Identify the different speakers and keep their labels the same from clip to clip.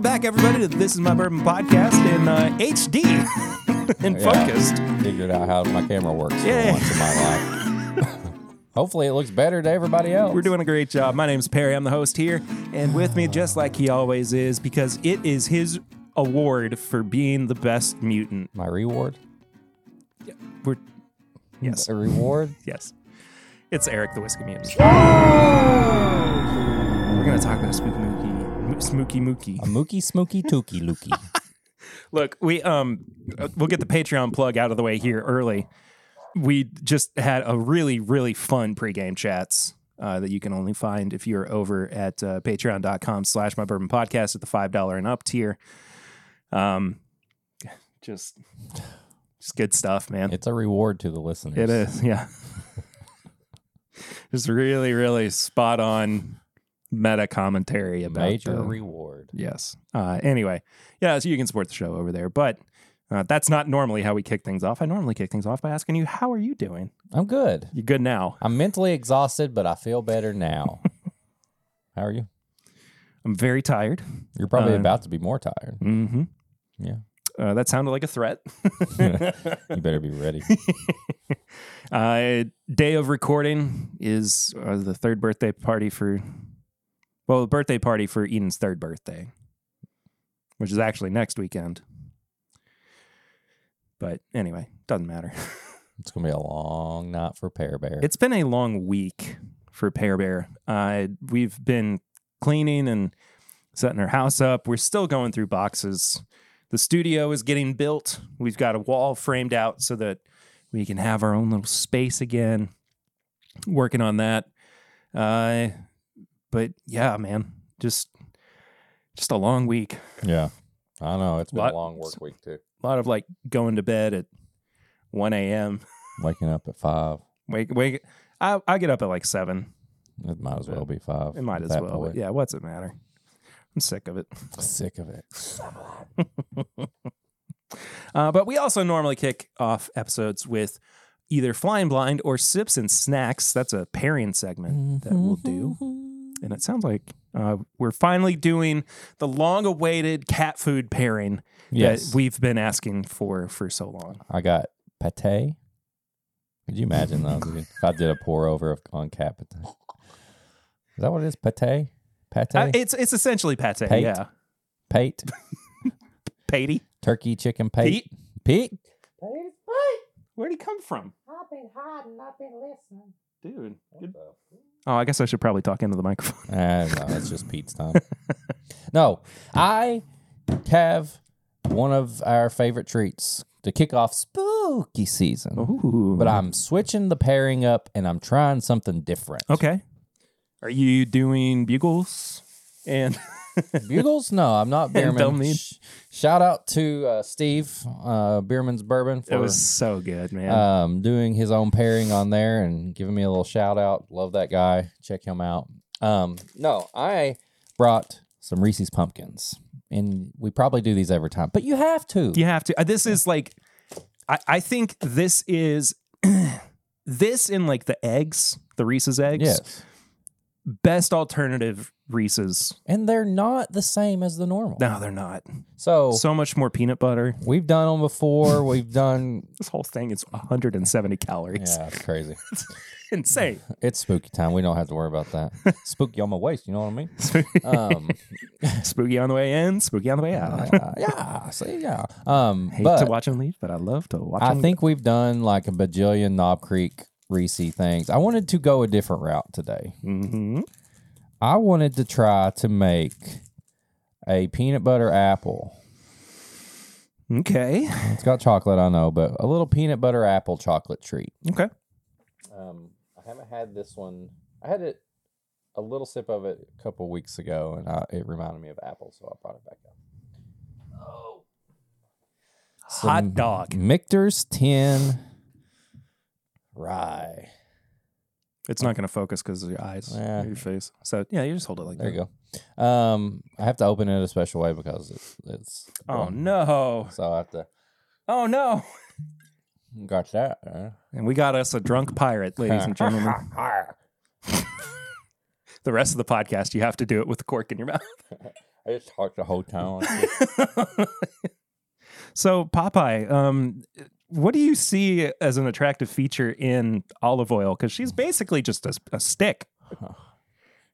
Speaker 1: back, everybody, to This Is My Bourbon podcast in uh, HD and
Speaker 2: Yeah.
Speaker 1: focused.
Speaker 2: Figured out how my camera works for
Speaker 1: Yeah.
Speaker 2: once in my life. Hopefully, it looks better to everybody else.
Speaker 1: We're doing a great job. My name's Perry. I'm the host here, and with me, just like he always is, because it is his award for being the best mutant.
Speaker 2: my reward.
Speaker 1: We're yes,
Speaker 2: A reward.
Speaker 1: yes. It's Eric the Whiskey Muse. We're gonna talk about Spooky Mookie, Mo- Smooky Mookie.
Speaker 2: A mookie, smooky, tookie, lookie.
Speaker 1: Look, we um uh, we'll get the Patreon plug out of the way here early. We just had a really really fun pregame chats. Uh, that you can only find if you're over at uh, patreon.com slash my bourbon podcast at the $5 and up tier. Um, just, just good stuff, man.
Speaker 2: It's a reward to the listeners.
Speaker 1: It is, yeah. just really, really spot on meta commentary about
Speaker 2: Major
Speaker 1: the-
Speaker 2: reward.
Speaker 1: Yes. Uh, anyway, yeah, so you can support the show over there. But uh, that's not normally how we kick things off. I normally kick things off by asking you, how are you doing?
Speaker 2: I'm good.
Speaker 1: You good now?
Speaker 2: I'm mentally exhausted, but I feel better now. How are you?
Speaker 1: I'm very tired.
Speaker 2: You're probably
Speaker 1: Uh,
Speaker 2: about to be more tired.
Speaker 1: Mm-hmm.
Speaker 2: Yeah.
Speaker 1: Uh, that sounded like a threat.
Speaker 2: You better be ready.
Speaker 1: uh, day of recording is uh, the third birthday party for, well, the birthday party for Eden's third birthday, which is actually next weekend. But anyway, doesn't matter.
Speaker 2: It's gonna be a long night for Pear Bear.
Speaker 1: It's been a long week for Pear Bear. Uh, we've been cleaning and setting her house up. We're still going through boxes. The studio is getting built. We've got a wall framed out so that we can have our own little space again. Working on that. Uh, but yeah, man, just just a long week.
Speaker 2: yeah. I know. It's been
Speaker 1: Lot-
Speaker 2: a long work week too.
Speaker 1: A lot of like going to bed at one a.m.
Speaker 2: Waking up at five.
Speaker 1: Wake wake. I I get up at like seven.
Speaker 2: It might as well be five.
Speaker 1: It might
Speaker 2: at
Speaker 1: as
Speaker 2: that
Speaker 1: well. but
Speaker 2: point.
Speaker 1: Yeah, what's it matter? I'm sick of it.
Speaker 2: Sick of it.
Speaker 1: Uh, but we also normally kick off episodes with either Flying Blind or Sips and Snacks. That's a pairing segment that we'll do.
Speaker 2: Mm-hmm.
Speaker 1: And it sounds like uh, we're finally doing the long awaited cat food pairing
Speaker 2: Yes.
Speaker 1: that we've been asking for for so long.
Speaker 2: I got pate. Could you imagine those? if I did a pour over of on cat pate. Is that what it is? Pate? Pate?
Speaker 1: Uh, it's it's essentially pate.
Speaker 2: Pate.
Speaker 1: Yeah.
Speaker 2: Pate?
Speaker 1: Patey.
Speaker 2: Turkey chicken pate? Pete?
Speaker 1: Where'd he come from?
Speaker 3: I've been hiding, I've been listening.
Speaker 1: Dude. good- Oh, I guess I should probably talk into the microphone.
Speaker 2: Uh, no, that's just Pete's time. no, I have one of our favorite treats to kick off spooky season.
Speaker 1: Oh. Ooh.
Speaker 2: But I'm switching the pairing up and I'm trying something different.
Speaker 1: Okay. Are you doing bugles? And
Speaker 2: Bugles? No, I'm not Beerman.
Speaker 1: Don't need-
Speaker 2: Sh- Shout out to uh, Steve uh, Beerman's Bourbon for
Speaker 1: it was so good, man.
Speaker 2: um, doing his own pairing on there and giving me a little shout out. Love that guy. Check him out. Um, no, I brought some Reese's pumpkins, and we probably do these every time, but you have to.
Speaker 1: you have to. uh, This is like, I, I think this is this in like the eggs, the Reese's eggs,
Speaker 2: Yes.
Speaker 1: best alternative Reese's.
Speaker 2: And they're not the same as the normal.
Speaker 1: No, they're not.
Speaker 2: So,
Speaker 1: So much more peanut butter.
Speaker 2: we've done them before. We've done.
Speaker 1: This whole thing is 170 calories.
Speaker 2: Yeah, it's crazy.
Speaker 1: Insane.
Speaker 2: It's spooky time. We don't have to worry about that. Spooky on my waist. You know what I mean? Um,
Speaker 1: spooky on the way in, spooky on the way out.
Speaker 2: uh, yeah. See, yeah. Um,
Speaker 1: Hate
Speaker 2: but
Speaker 1: to watch him leave, but I love to watch
Speaker 2: I
Speaker 1: him.
Speaker 2: think we've done like a bajillion Knob Creek Reese things. I wanted to go a different route today.
Speaker 1: hmm
Speaker 2: Mm-hmm. I wanted to try to make a peanut butter apple.
Speaker 1: Okay.
Speaker 2: It's got chocolate, I know, but a little peanut butter apple chocolate treat.
Speaker 1: Okay.
Speaker 2: Um, I haven't had this one. I had it a little sip of it a couple weeks ago, and I, it reminded me of apple, so I brought it back up. Some
Speaker 1: Hot dog.
Speaker 2: Michter's Tin Rye.
Speaker 1: It's not going to focus because of your eyes,
Speaker 2: Yeah.
Speaker 1: your face. So yeah, you just hold it like
Speaker 2: There
Speaker 1: that.
Speaker 2: you go. Um, I have to open it a special way because it's it's.
Speaker 1: Oh
Speaker 2: gone.
Speaker 1: no!
Speaker 2: So I have to
Speaker 1: Oh no!
Speaker 2: got that. uh, huh?
Speaker 1: And we got us a drunk pirate, ladies and gentlemen. the rest of the podcast, you have to do it with a cork in your mouth.
Speaker 2: I just talked the whole time.
Speaker 1: so Popeye, um, what do you see as an attractive feature in olive oil? Because she's basically just a, a stick.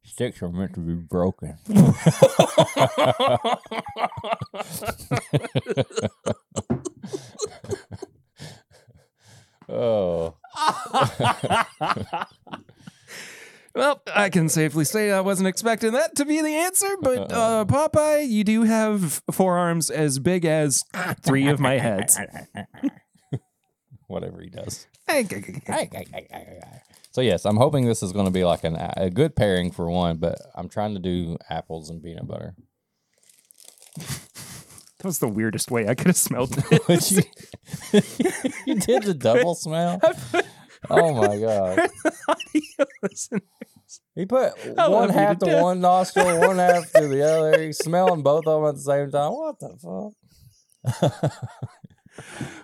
Speaker 2: Sticks are meant to be broken. oh,
Speaker 1: well, I can safely say I wasn't expecting that to be the answer, but uh, Popeye, you do have forearms as big as three of my heads.
Speaker 2: whatever he does.
Speaker 1: I
Speaker 2: So yes, I'm hoping this is going to be like an, a good pairing for one, but I'm trying to do apples and peanut butter.
Speaker 1: That was the weirdest way I could have smelled it.
Speaker 2: But you, you did the double smell. Oh my god! He put
Speaker 1: I love
Speaker 2: one
Speaker 1: you
Speaker 2: half
Speaker 1: to
Speaker 2: to
Speaker 1: death.
Speaker 2: one nostril, one half to the other. He's smelling both of them at the same time. What the fuck?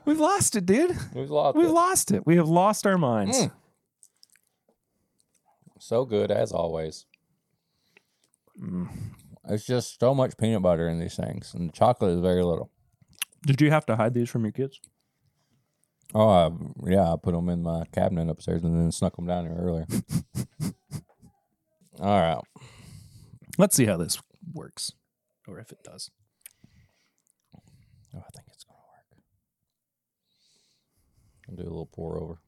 Speaker 1: We've lost it, dude.
Speaker 2: We've lost.
Speaker 1: We've
Speaker 2: it.
Speaker 1: lost it. We have lost our minds.
Speaker 2: Mm. so good as always. Mm. It's just so much peanut butter in these things, and chocolate is very little.
Speaker 1: Did you have to hide these from your kids?
Speaker 2: Oh I, yeah, I put them in my cabinet upstairs, and then snuck them down here earlier. All right.
Speaker 1: Let's see how this works, or if it does.
Speaker 2: Oh, I think it's gonna work. I'll do a little pour over.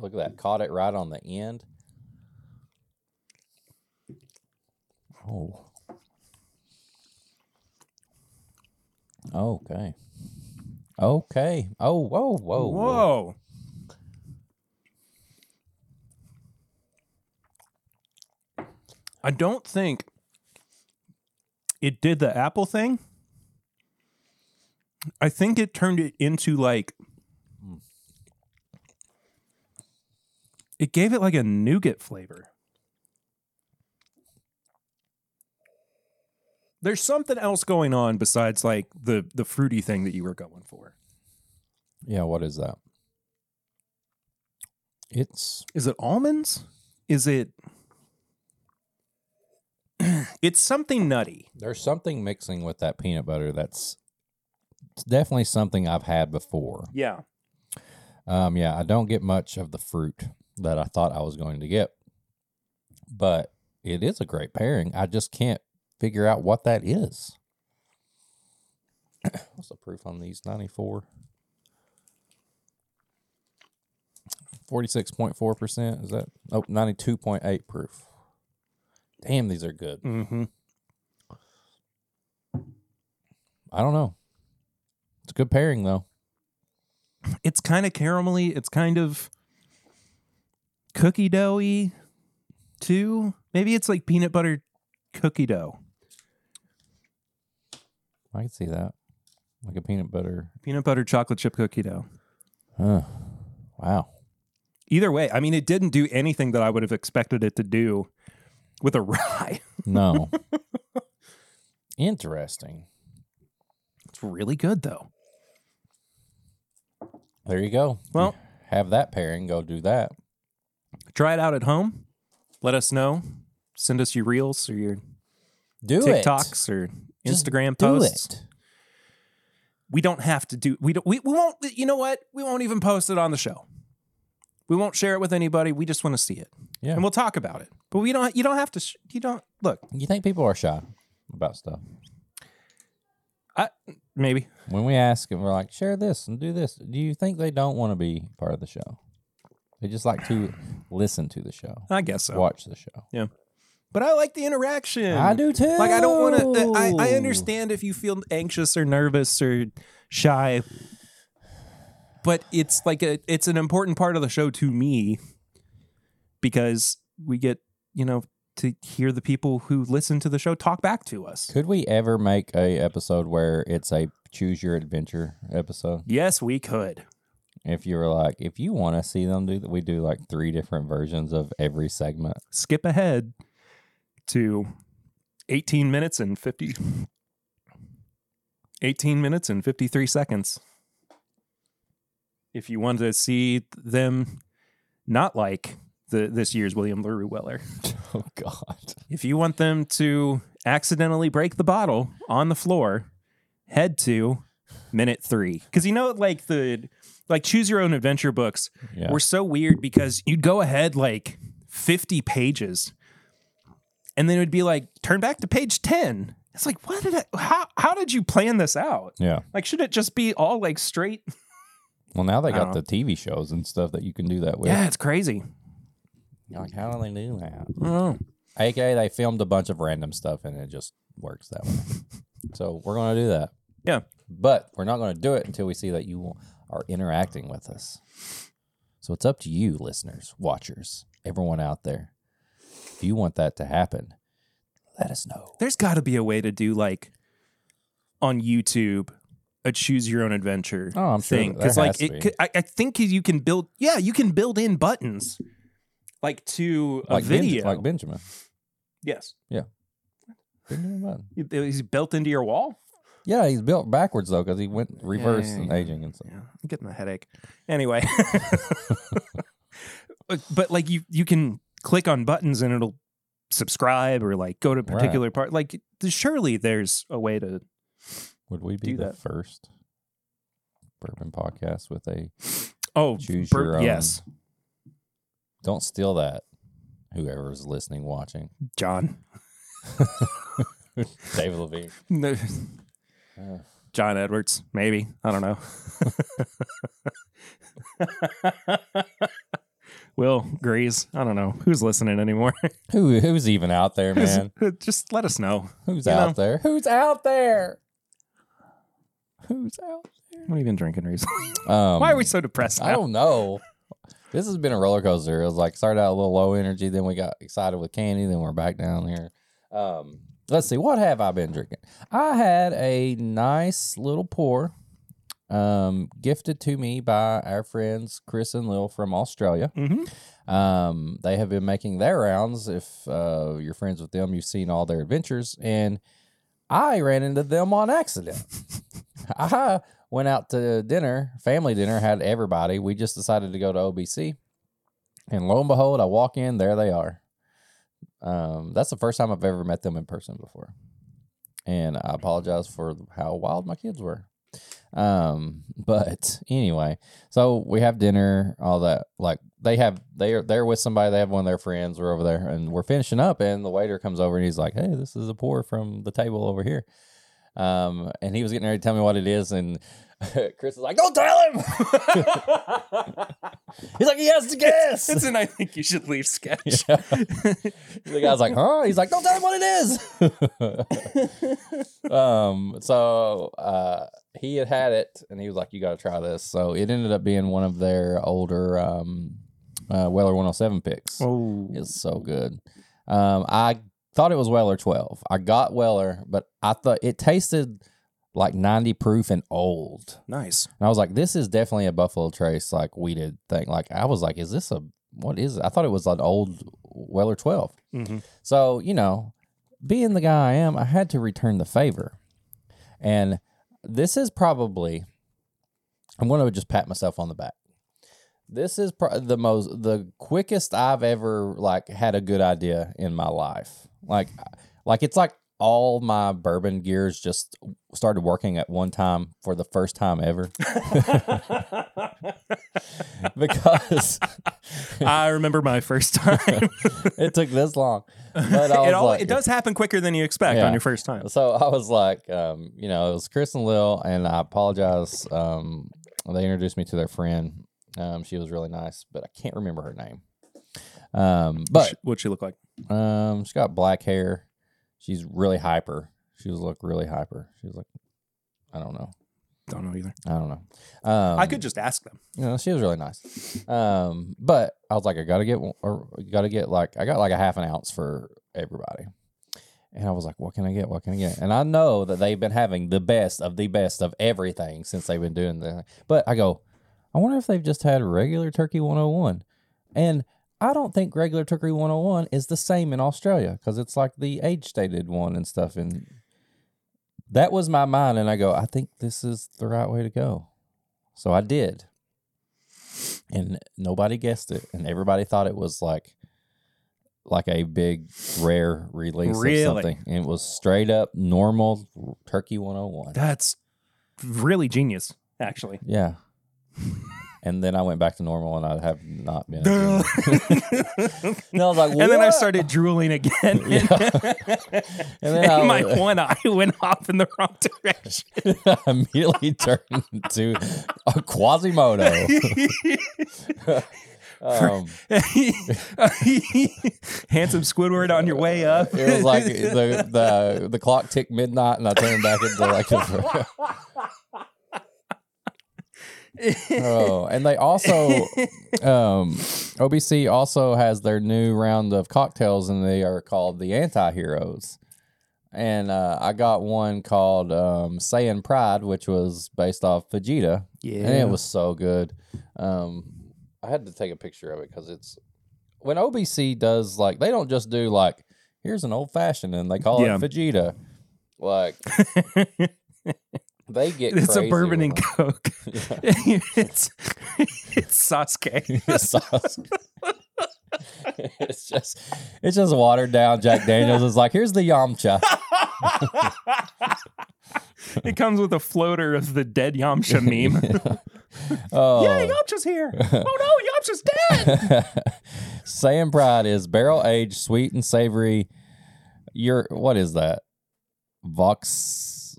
Speaker 2: Look at that. Caught it right on the end. Oh. Okay. Okay. Oh, whoa, whoa.
Speaker 1: Whoa. I don't think it did the apple thing. I think it turned it into like it gave it like a nougat flavor. There's something else going on besides like the the fruity thing that you were going for.
Speaker 2: Yeah, what is that? It's
Speaker 1: is it almonds? Is it? it's something nutty.
Speaker 2: There's something mixing with that peanut butter that's it's definitely something I've had before.
Speaker 1: Yeah.
Speaker 2: Um, yeah, I don't get much of the fruit that I thought I was going to get, but it is a great pairing. I just can't figure out what that is. What's the proof on these? 94. 46.4%. Is that? Oh, 92.8 proof. Damn, these are good.
Speaker 1: Mm-hmm.
Speaker 2: I don't know. It's a good pairing though.
Speaker 1: It's kind of caramelly. It's kind of cookie doughy, too. Maybe it's like peanut butter cookie dough,
Speaker 2: I can see that. Like a peanut butter.
Speaker 1: peanut butter chocolate chip cookie dough.
Speaker 2: Huh. Wow.
Speaker 1: Either way, I mean, it didn't do anything that I would have expected it to do with a rye.
Speaker 2: No. Interesting.
Speaker 1: It's really good though.
Speaker 2: There you go.
Speaker 1: Well-
Speaker 2: have that pairing. Go do that.
Speaker 1: Try it out at home. Let us know. Send us your reels or your
Speaker 2: Do it.
Speaker 1: TikToks or
Speaker 2: Just
Speaker 1: Instagram
Speaker 2: do
Speaker 1: posts.
Speaker 2: it.
Speaker 1: we don't have to do we don't we, we won't you know what we won't even post it on the show we won't share it with anybody we just want to see it
Speaker 2: Yeah.
Speaker 1: and we'll talk about it but we don't you don't have to sh- you don't look
Speaker 2: You think people are shy about stuff?
Speaker 1: maybe
Speaker 2: When we ask them, we're like, share this and do this. Do you think they don't want to be part of the show? They just like to listen to the show,
Speaker 1: i guess so
Speaker 2: watch the show.
Speaker 1: but i like the interaction
Speaker 2: I do too.
Speaker 1: like i don't want to I, I understand if you feel anxious or nervous or shy but it's like a it's an important part of the show to me because we get you know to hear the people who listen to the show talk back to us
Speaker 2: Could we ever make a episode where it's a choose your adventure episode?
Speaker 1: yes we could
Speaker 2: If you were like, if you want to see them do that, we do like three different versions of every segment.
Speaker 1: skip ahead to 18 minutes and 50 18 minutes and 53 seconds if you want to see them not like the this year's William LaRue Weller
Speaker 2: Oh God,
Speaker 1: If you want them to accidentally break the bottle on the floor, head to minute three. Because you know, like the like choose your own adventure books
Speaker 2: Yeah.
Speaker 1: were so weird because you'd go ahead like 50 pages and then it would be like turn back to page 10 it's like what did I, how how did you plan this out
Speaker 2: yeah.
Speaker 1: like should it just be all like straight
Speaker 2: Well, now they
Speaker 1: I
Speaker 2: got
Speaker 1: don't know.
Speaker 2: the TV shows and stuff that you can do that with.
Speaker 1: yeah it's crazy
Speaker 2: You're like, how do they do that?
Speaker 1: oh
Speaker 2: AKA, they filmed a bunch of random stuff and it just works that way. so we're going to do that.
Speaker 1: Yeah.
Speaker 2: But we're not going to do it until we see that you are interacting with us. So it's up to you, listeners, watchers, everyone out there. If you want that to happen, let us know.
Speaker 1: there's got to be a way to do like on youtube a choose your own adventure
Speaker 2: Oh, I'm sure
Speaker 1: thing
Speaker 2: there has
Speaker 1: like
Speaker 2: to be.
Speaker 1: it could, I, I think you can build yeah you can build in buttons like to a
Speaker 2: Like, Benj-
Speaker 1: video
Speaker 2: like Benjamin.
Speaker 1: yes
Speaker 2: Benjamin Button.
Speaker 1: he's built into your wall
Speaker 2: Yeah, he's built backwards though because he went reverse
Speaker 1: yeah,
Speaker 2: and
Speaker 1: yeah.
Speaker 2: aging and stuff.
Speaker 1: Yeah, I'm getting a headache. Anyway, but, but, like you, you can click on buttons and it'll subscribe or like go to a
Speaker 2: Right.
Speaker 1: particular part. Like th- surely there's a way to.
Speaker 2: Would we be
Speaker 1: Do
Speaker 2: the
Speaker 1: that.
Speaker 2: first bourbon podcast with a
Speaker 1: Oh,
Speaker 2: Choose
Speaker 1: bur-
Speaker 2: your own.
Speaker 1: yes,
Speaker 2: Don't steal that. Whoever's listening, watching.
Speaker 1: John.
Speaker 2: David Levine.
Speaker 1: No,
Speaker 2: Uh,
Speaker 1: John Edwards, maybe I don't know. Will Grease, I don't know who's listening anymore.
Speaker 2: Who who's even out there, man?
Speaker 1: Just let us know.
Speaker 2: Who's
Speaker 1: You
Speaker 2: out
Speaker 1: know.
Speaker 2: there? Who's out there? Who's out?
Speaker 1: What have you been drinking recently?
Speaker 2: Um,
Speaker 1: Why are we so depressed?
Speaker 2: I
Speaker 1: now?
Speaker 2: don't know. This has been a roller coaster. It was like started out a little low energy, then we got excited with candy, then we're back down here. Um, let's see, what have I been drinking? I had a nice little pour, um, gifted to me by our friends Chris and Lil from Australia.
Speaker 1: Mhm.
Speaker 2: Um, they have been making their rounds. If uh, you're friends with them, you've seen all their adventures. And I ran into them on accident. I went out to dinner, family dinner, had everybody. We just decided to go to OBC. And lo and behold, I walk in, there they are. Um, that's the first time I've ever met them in person before. And I apologize for how wild my kids were. Um, but anyway, so we have dinner, all that. Like they have, they're they're with somebody. They have one of their friends. We're over there, and we're finishing up. And the waiter comes over, and he's like, "Hey, this is a pour from the table over here." Um, and he was getting ready to tell me what it is, and Chris is like, "Don't tell him." he's like, "He has to guess."
Speaker 1: It's an I think you should leave sketch.
Speaker 2: Yeah. the guy's like, huh? He's like, don't tell him what it is. um, so uh, he had had it, and he was like, you got to try this. So it ended up being one of their older um, uh, Weller 107 picks.
Speaker 1: Oh,
Speaker 2: It's so good. Um, I thought it was Weller 12. I got Weller, but I thought it tasted like 90 proof and old.
Speaker 1: nice.
Speaker 2: And I was like, this is definitely a Buffalo Trace like weeded thing. Like I was like, is this a what is it? I thought it was an old Weller twelve.
Speaker 1: Mm-hmm.
Speaker 2: So, you know, being the guy I am, I had to return the favor. And this is probably I'm going to just pat myself on the back. This is pro- the most the quickest I've ever like had a good idea in my life. Like like it's like all my bourbon gears just started working at one time for the first time ever because
Speaker 1: I remember my first time.
Speaker 2: it took this long. But I was
Speaker 1: it, all,
Speaker 2: like,
Speaker 1: it does happen quicker than you expect
Speaker 2: Yeah.
Speaker 1: on your first time.
Speaker 2: So I was like, um, you know, it was Chris and Lil, and I apologize. Um, they introduced me to their friend. Um, she was really nice, but I can't remember her name. Um, but
Speaker 1: what she look like?
Speaker 2: um, she's got black hair. She's really hyper. She was look really hyper. She was like, I don't know,
Speaker 1: Don't know either.
Speaker 2: I don't know. Um,
Speaker 1: I could just ask them.
Speaker 2: you know, she was really nice. Um, but I was like, I gotta get, one- or gotta get like, I got like a half an ounce for everybody. And I was like, what can I get? What can I get? And I know that they've been having the best of the best of everything since they've been doing that. But I go, I wonder if they've just had regular turkey 101. And I don't think regular turkey 101 is the same in Australia because it's like the age stated one and stuff. And that was my mind. And I go, I think this is the right way to go. So I did. And nobody guessed it. And everybody thought it was like like a big rare release
Speaker 1: Really?
Speaker 2: or something. And it was straight up normal Turkey 101.
Speaker 1: That's really genius, actually.
Speaker 2: Yeah. and then I went back to normal and I have not been.
Speaker 1: Duh.
Speaker 2: And I was like,
Speaker 1: And then I
Speaker 2: "What?"
Speaker 1: started drooling again.
Speaker 2: Yeah. And then I
Speaker 1: and my
Speaker 2: was-
Speaker 1: one eye went off in the wrong direction.
Speaker 2: I immediately turned into a Quasimodo. um,
Speaker 1: Handsome Squidward on your way up.
Speaker 2: Um, it was like the, the the clock ticked midnight, and I turned back into like a. oh, and they also, um, OBC also has their new round of cocktails, and they are called the Anti Heroes. And uh, I got one called um, Saiyan Pride, which was based off Vegeta,
Speaker 1: yeah.
Speaker 2: and it was so good. Um, I had to take a picture of it because it's when OBC does like they don't just do like here's an old fashioned and they call
Speaker 1: Yeah.
Speaker 2: it Vegeta, like they get
Speaker 1: it's a
Speaker 2: crazy
Speaker 1: bourbon
Speaker 2: with
Speaker 1: and
Speaker 2: them.
Speaker 1: coke. it's it's Sasuke.
Speaker 2: It's awesome. it's just it's just watered down. Jack Daniels is like here's the Yamcha.
Speaker 1: it comes with a floater of the dead Yamcha meme.
Speaker 2: Oh.
Speaker 1: Yeah, Yamcha's here. Oh no, Yamcha's dead.
Speaker 2: Sam Pride is barrel aged, sweet and savory. Your what is that? Vox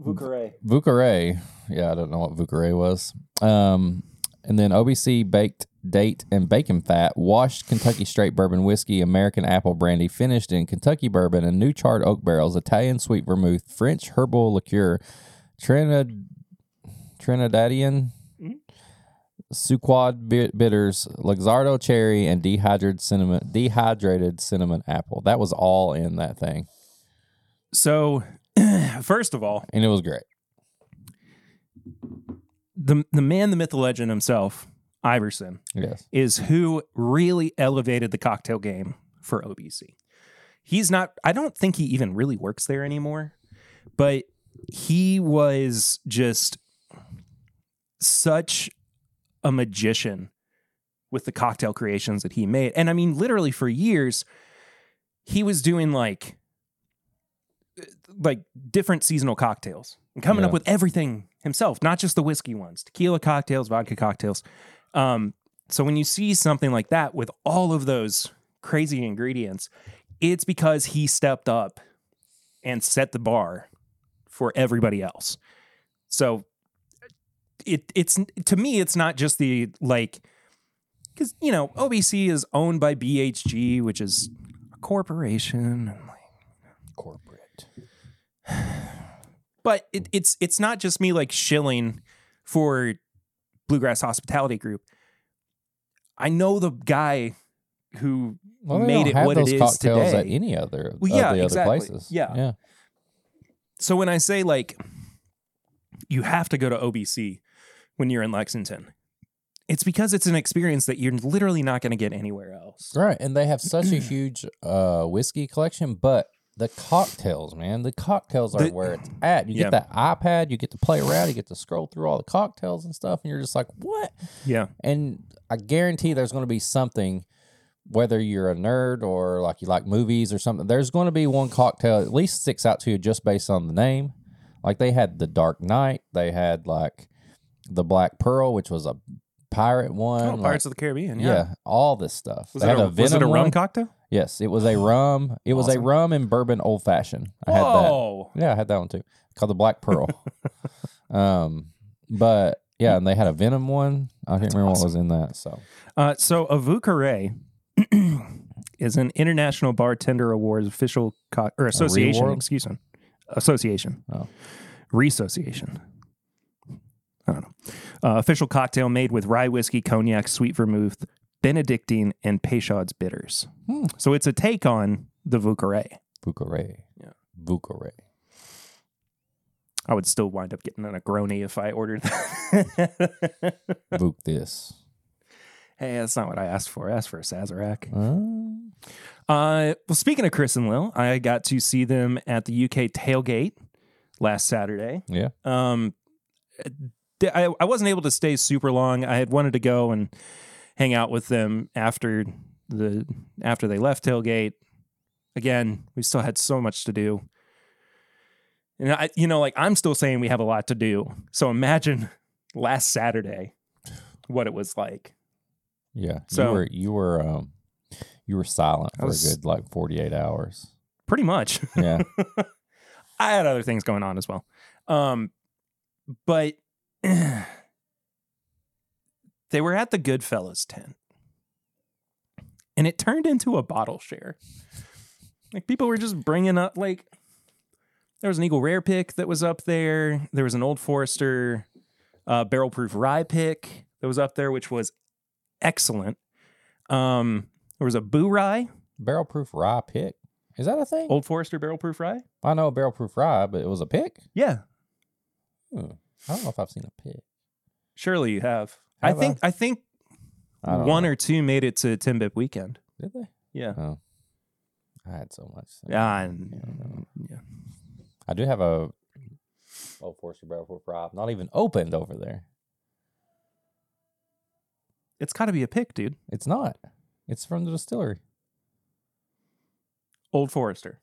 Speaker 4: Vucare.
Speaker 2: Vucare. Yeah, I don't know what Vucare was. Um, and then OBC baked date and bacon fat, washed Kentucky straight bourbon whiskey, American apple brandy, finished in Kentucky bourbon and new charred oak barrels, Italian sweet vermouth, French herbal liqueur, Trinid- Trinidadian,
Speaker 1: Mhm.
Speaker 2: Suquad bi- bitters, Luxardo cherry, and dehydrated cinnamon, dehydrated cinnamon apple. That was all in that thing,
Speaker 1: So, first of all,
Speaker 2: and it was great.
Speaker 1: the the man, the myth, the legend himself, Iverson,
Speaker 2: Yes,
Speaker 1: is who really elevated the cocktail game for OBC. He's not, I don't think he even really works there anymore, but he was just such a magician with the cocktail creations that he made. And I mean, literally for years, he was doing like like different seasonal cocktails and coming up
Speaker 2: Yeah.
Speaker 1: with everything himself, not just the whiskey ones, tequila cocktails, vodka cocktails. Um, so when you see something like that with all of those crazy ingredients, it's because he stepped up and set the bar for everybody else. So it it's to me it's not just the like cuz you know OBC is owned by BHG which is a corporation and like
Speaker 2: corporate.
Speaker 1: but it, it's it's not just me like shilling for Bluegrass Hospitality Group. I know the guy who
Speaker 2: well, they
Speaker 1: made
Speaker 2: don't
Speaker 1: it
Speaker 2: have
Speaker 1: what it
Speaker 2: those
Speaker 1: is
Speaker 2: cocktails
Speaker 1: today.
Speaker 2: at any other
Speaker 1: Well,
Speaker 2: of
Speaker 1: yeah,
Speaker 2: the other
Speaker 1: exactly.
Speaker 2: places.
Speaker 1: Yeah.
Speaker 2: yeah,
Speaker 1: so when I say like you have to go to OBC when you're in Lexington, it's because it's an experience that you're literally not going to get anywhere else.
Speaker 2: right. And they have such a huge uh, whiskey collection, but the cocktails, man, the cocktails are
Speaker 1: The-
Speaker 2: where it's at. You
Speaker 1: Yeah.
Speaker 2: get that iPad, you get to play around, you get to scroll through all the cocktails and stuff, and you're just like, what?
Speaker 1: Yeah.
Speaker 2: And I guarantee there's going to be something. Whether you're a nerd or like you like movies or something, there's going to be one cocktail at least sticks out to you just based on the name. Like they had the Dark Knight, they had like the Black Pearl, which was a pirate one.
Speaker 1: Oh,
Speaker 2: like-
Speaker 1: Pirates of the Caribbean.
Speaker 2: yeah.
Speaker 1: Yeah.
Speaker 2: all this stuff.
Speaker 1: Was,
Speaker 2: They
Speaker 1: it
Speaker 2: had
Speaker 1: a, was it a
Speaker 2: Venom
Speaker 1: rum
Speaker 2: one.
Speaker 1: cocktail?
Speaker 2: Yes, it was a rum. It was a
Speaker 1: Awesome.
Speaker 2: rum and bourbon old fashioned. I had that.
Speaker 1: Whoa.
Speaker 2: Yeah, I had that one too. Called the Black Pearl. um, but yeah, and they had a Venom one. I can't
Speaker 1: That's
Speaker 2: remember
Speaker 1: awesome.
Speaker 2: what was in that. So
Speaker 1: Uh, so Avucare is an International Bartender Awards official co- or association.
Speaker 2: reward?
Speaker 1: Excuse me, association.
Speaker 2: Oh.
Speaker 1: Reassociation. I don't know. Uh, official cocktail made with rye whiskey, cognac, sweet vermouth, Benedictine, and Peychaud's bitters.
Speaker 2: Hmm.
Speaker 1: So it's a take on the Vucare.
Speaker 2: Bucare.
Speaker 1: Yeah.
Speaker 2: Bucare.
Speaker 1: I would still wind up getting an Negroni if I ordered that.
Speaker 2: Book this.
Speaker 1: hey, that's not what I asked for. I asked for a Sazerac.
Speaker 2: Uh,
Speaker 1: Uh, well, speaking of Chris and Lil, I got to see them at the UK tailgate last Saturday.
Speaker 2: Yeah.
Speaker 1: Um, th- I, I wasn't able to stay super long. I had wanted to go and hang out with them after the after they left Tailgate. Again, we still had so much to do. And I you know, like I'm still saying we have a lot to do. So imagine last Saturday what it was like.
Speaker 2: Yeah. you
Speaker 1: So-
Speaker 2: were you were um you were silent
Speaker 1: I
Speaker 2: for
Speaker 1: was-
Speaker 2: a good like forty eight hours.
Speaker 1: Pretty much.
Speaker 2: Yeah.
Speaker 1: I had other things going on as well. Um, but they were at the Goodfellas tent, and it turned into a bottle share. Like people were just bringing up like there was an Eagle Rare pick that was up there. There was an Old Forester uh, barrel proof rye pick that was up there, which was excellent. Um, there was a Boo Rye,
Speaker 2: barrel proof rye pick. Is that a thing?
Speaker 1: Old Forester barrel proof rye.
Speaker 2: I know a barrel proof rye, but it was a pick?
Speaker 1: Yeah,
Speaker 2: Hmm. I don't know if I've seen a pick.
Speaker 1: surely you have. I
Speaker 2: Have I?
Speaker 1: think I think
Speaker 2: I don't
Speaker 1: one
Speaker 2: know.
Speaker 1: or two made it to Timbit weekend.
Speaker 2: did they?
Speaker 1: Yeah.
Speaker 2: Oh. I had so much. so-
Speaker 1: Yeah.
Speaker 2: Yeah,
Speaker 1: and-
Speaker 2: I don't know.
Speaker 1: yeah.
Speaker 2: I do have a
Speaker 1: Oh,
Speaker 2: old Forester barrel proof rye. Not even opened over there.
Speaker 1: It's got to be a pick, dude.
Speaker 2: It's not. It's from the distillery.
Speaker 1: Old Forester.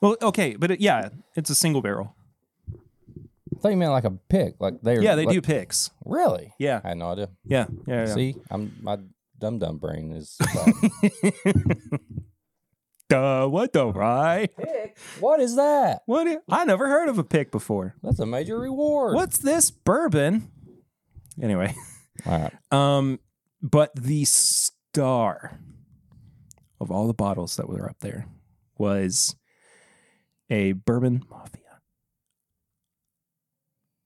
Speaker 1: Well, okay, but it, yeah, it's a single barrel.
Speaker 2: I thought you meant like a pick. Like they
Speaker 1: Yeah, they
Speaker 2: like,
Speaker 1: do picks.
Speaker 2: Really?
Speaker 1: Yeah,
Speaker 2: I had no idea.
Speaker 1: yeah, yeah. yeah.
Speaker 2: See, I'm my dumb dumb brain is like,
Speaker 1: Duh, what the right?
Speaker 2: pick. What is that?
Speaker 1: What? i- I never heard of a pick before.
Speaker 2: That's a major reward.
Speaker 1: What's this bourbon? Anyway,
Speaker 2: All right.
Speaker 1: Um, but the star of all the bottles that were up there was a bourbon mafia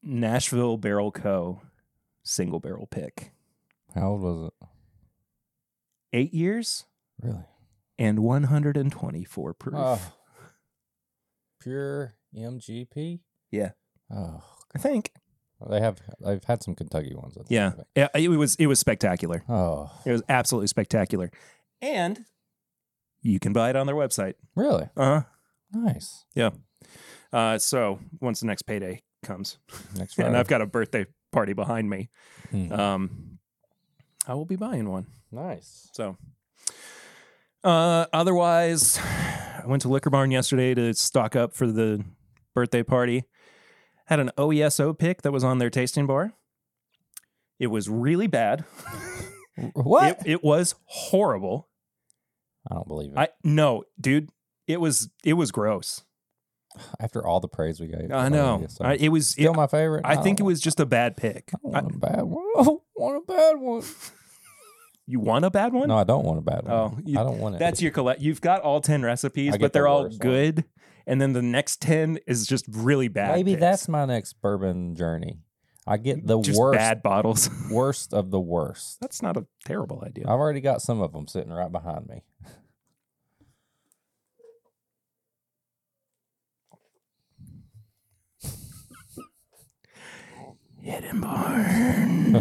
Speaker 1: Nashville Barrel Co. single barrel pick.
Speaker 2: How old was it?
Speaker 1: Eight years
Speaker 2: Really?
Speaker 1: and 124 proof.
Speaker 2: Oh. Pure MGP.
Speaker 1: Yeah.
Speaker 2: Oh,
Speaker 1: I think.
Speaker 2: they have. They've had some Kentucky ones. I think,
Speaker 1: Yeah.
Speaker 2: but-
Speaker 1: Yeah, It was it was spectacular.
Speaker 2: Oh,
Speaker 1: It was absolutely spectacular. And you can buy it on their website.
Speaker 2: really?
Speaker 1: Uh-huh.
Speaker 2: Nice.
Speaker 1: Uh so once the next payday comes.
Speaker 2: Next
Speaker 1: and
Speaker 2: Friday.
Speaker 1: I've got a birthday party behind me.
Speaker 2: Hmm.
Speaker 1: Um, I will be buying one.
Speaker 2: nice.
Speaker 1: So, uh, otherwise, I went to Liquor Barn yesterday to stock up for the birthday party. Had an OESO pick that was on their tasting bar. It was really bad.
Speaker 2: What?
Speaker 1: It, it was horrible.
Speaker 2: I don't believe it.
Speaker 1: I no, dude. It was it was gross.
Speaker 2: After all the praise we gave,
Speaker 1: I
Speaker 2: Oh,
Speaker 1: know.
Speaker 2: yes,
Speaker 1: I,
Speaker 2: I-
Speaker 1: it was.
Speaker 2: still my favorite.
Speaker 1: I think it
Speaker 2: don't- Oh.
Speaker 1: was just a bad pick.
Speaker 2: I don't
Speaker 1: I-
Speaker 2: want a bad one. I don't want a bad one.
Speaker 1: you want a bad one?
Speaker 2: No, I don't want a bad one.
Speaker 1: Oh, you-
Speaker 2: I don't want it.
Speaker 1: That's your collect. You've got all 10 recipes,
Speaker 2: I
Speaker 1: but
Speaker 2: get the
Speaker 1: they're all
Speaker 2: worst one.
Speaker 1: good. And then the next 10 is just really bad.
Speaker 2: Maybe
Speaker 1: picks.
Speaker 2: that's my next bourbon journey. I get the
Speaker 1: just
Speaker 2: worst,
Speaker 1: bad bottles.
Speaker 2: worst of the worst.
Speaker 1: that's not a terrible idea.
Speaker 2: I've already got some of them sitting right behind me.
Speaker 1: Hidden barn.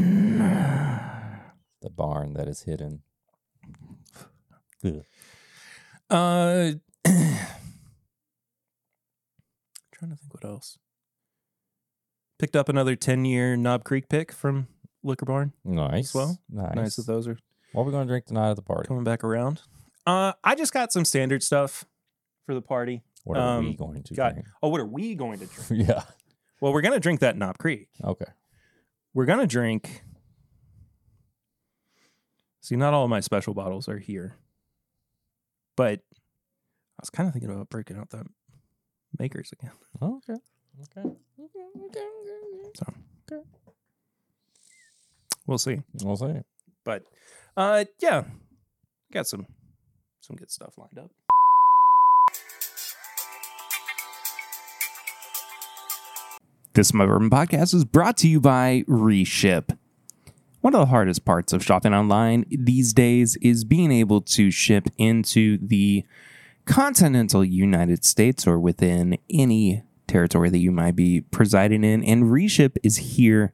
Speaker 2: The barn that is hidden. Ugh.
Speaker 1: uh, trying to think what else. Picked up another 10 year Knob Creek pick from Liquor Barn.
Speaker 2: Nice.
Speaker 1: well.
Speaker 2: nice.
Speaker 1: Nice, that those are
Speaker 2: What are we going to drink tonight at the party?
Speaker 1: coming back around. Uh, I just got some standard stuff for the party.
Speaker 2: What are we
Speaker 1: Um,
Speaker 2: going to
Speaker 1: got-
Speaker 2: drink?
Speaker 1: Oh, what are we going to drink?
Speaker 2: yeah.
Speaker 1: Well, we're going to drink that Knob Creek.
Speaker 2: Okay.
Speaker 1: We're going to drink. See, not all of my special bottles are here. But I was kind of thinking about breaking out the makers again.
Speaker 2: Okay. Okay.
Speaker 1: So
Speaker 2: Okay.
Speaker 1: we'll see.
Speaker 2: We'll see.
Speaker 1: But uh yeah. Got some some good stuff lined up. This My Bourbon Podcast is brought to you by Reship. One of the hardest parts of shopping online these days is being able to ship into the continental United States or within any territory that you might be presiding in. And Reship is here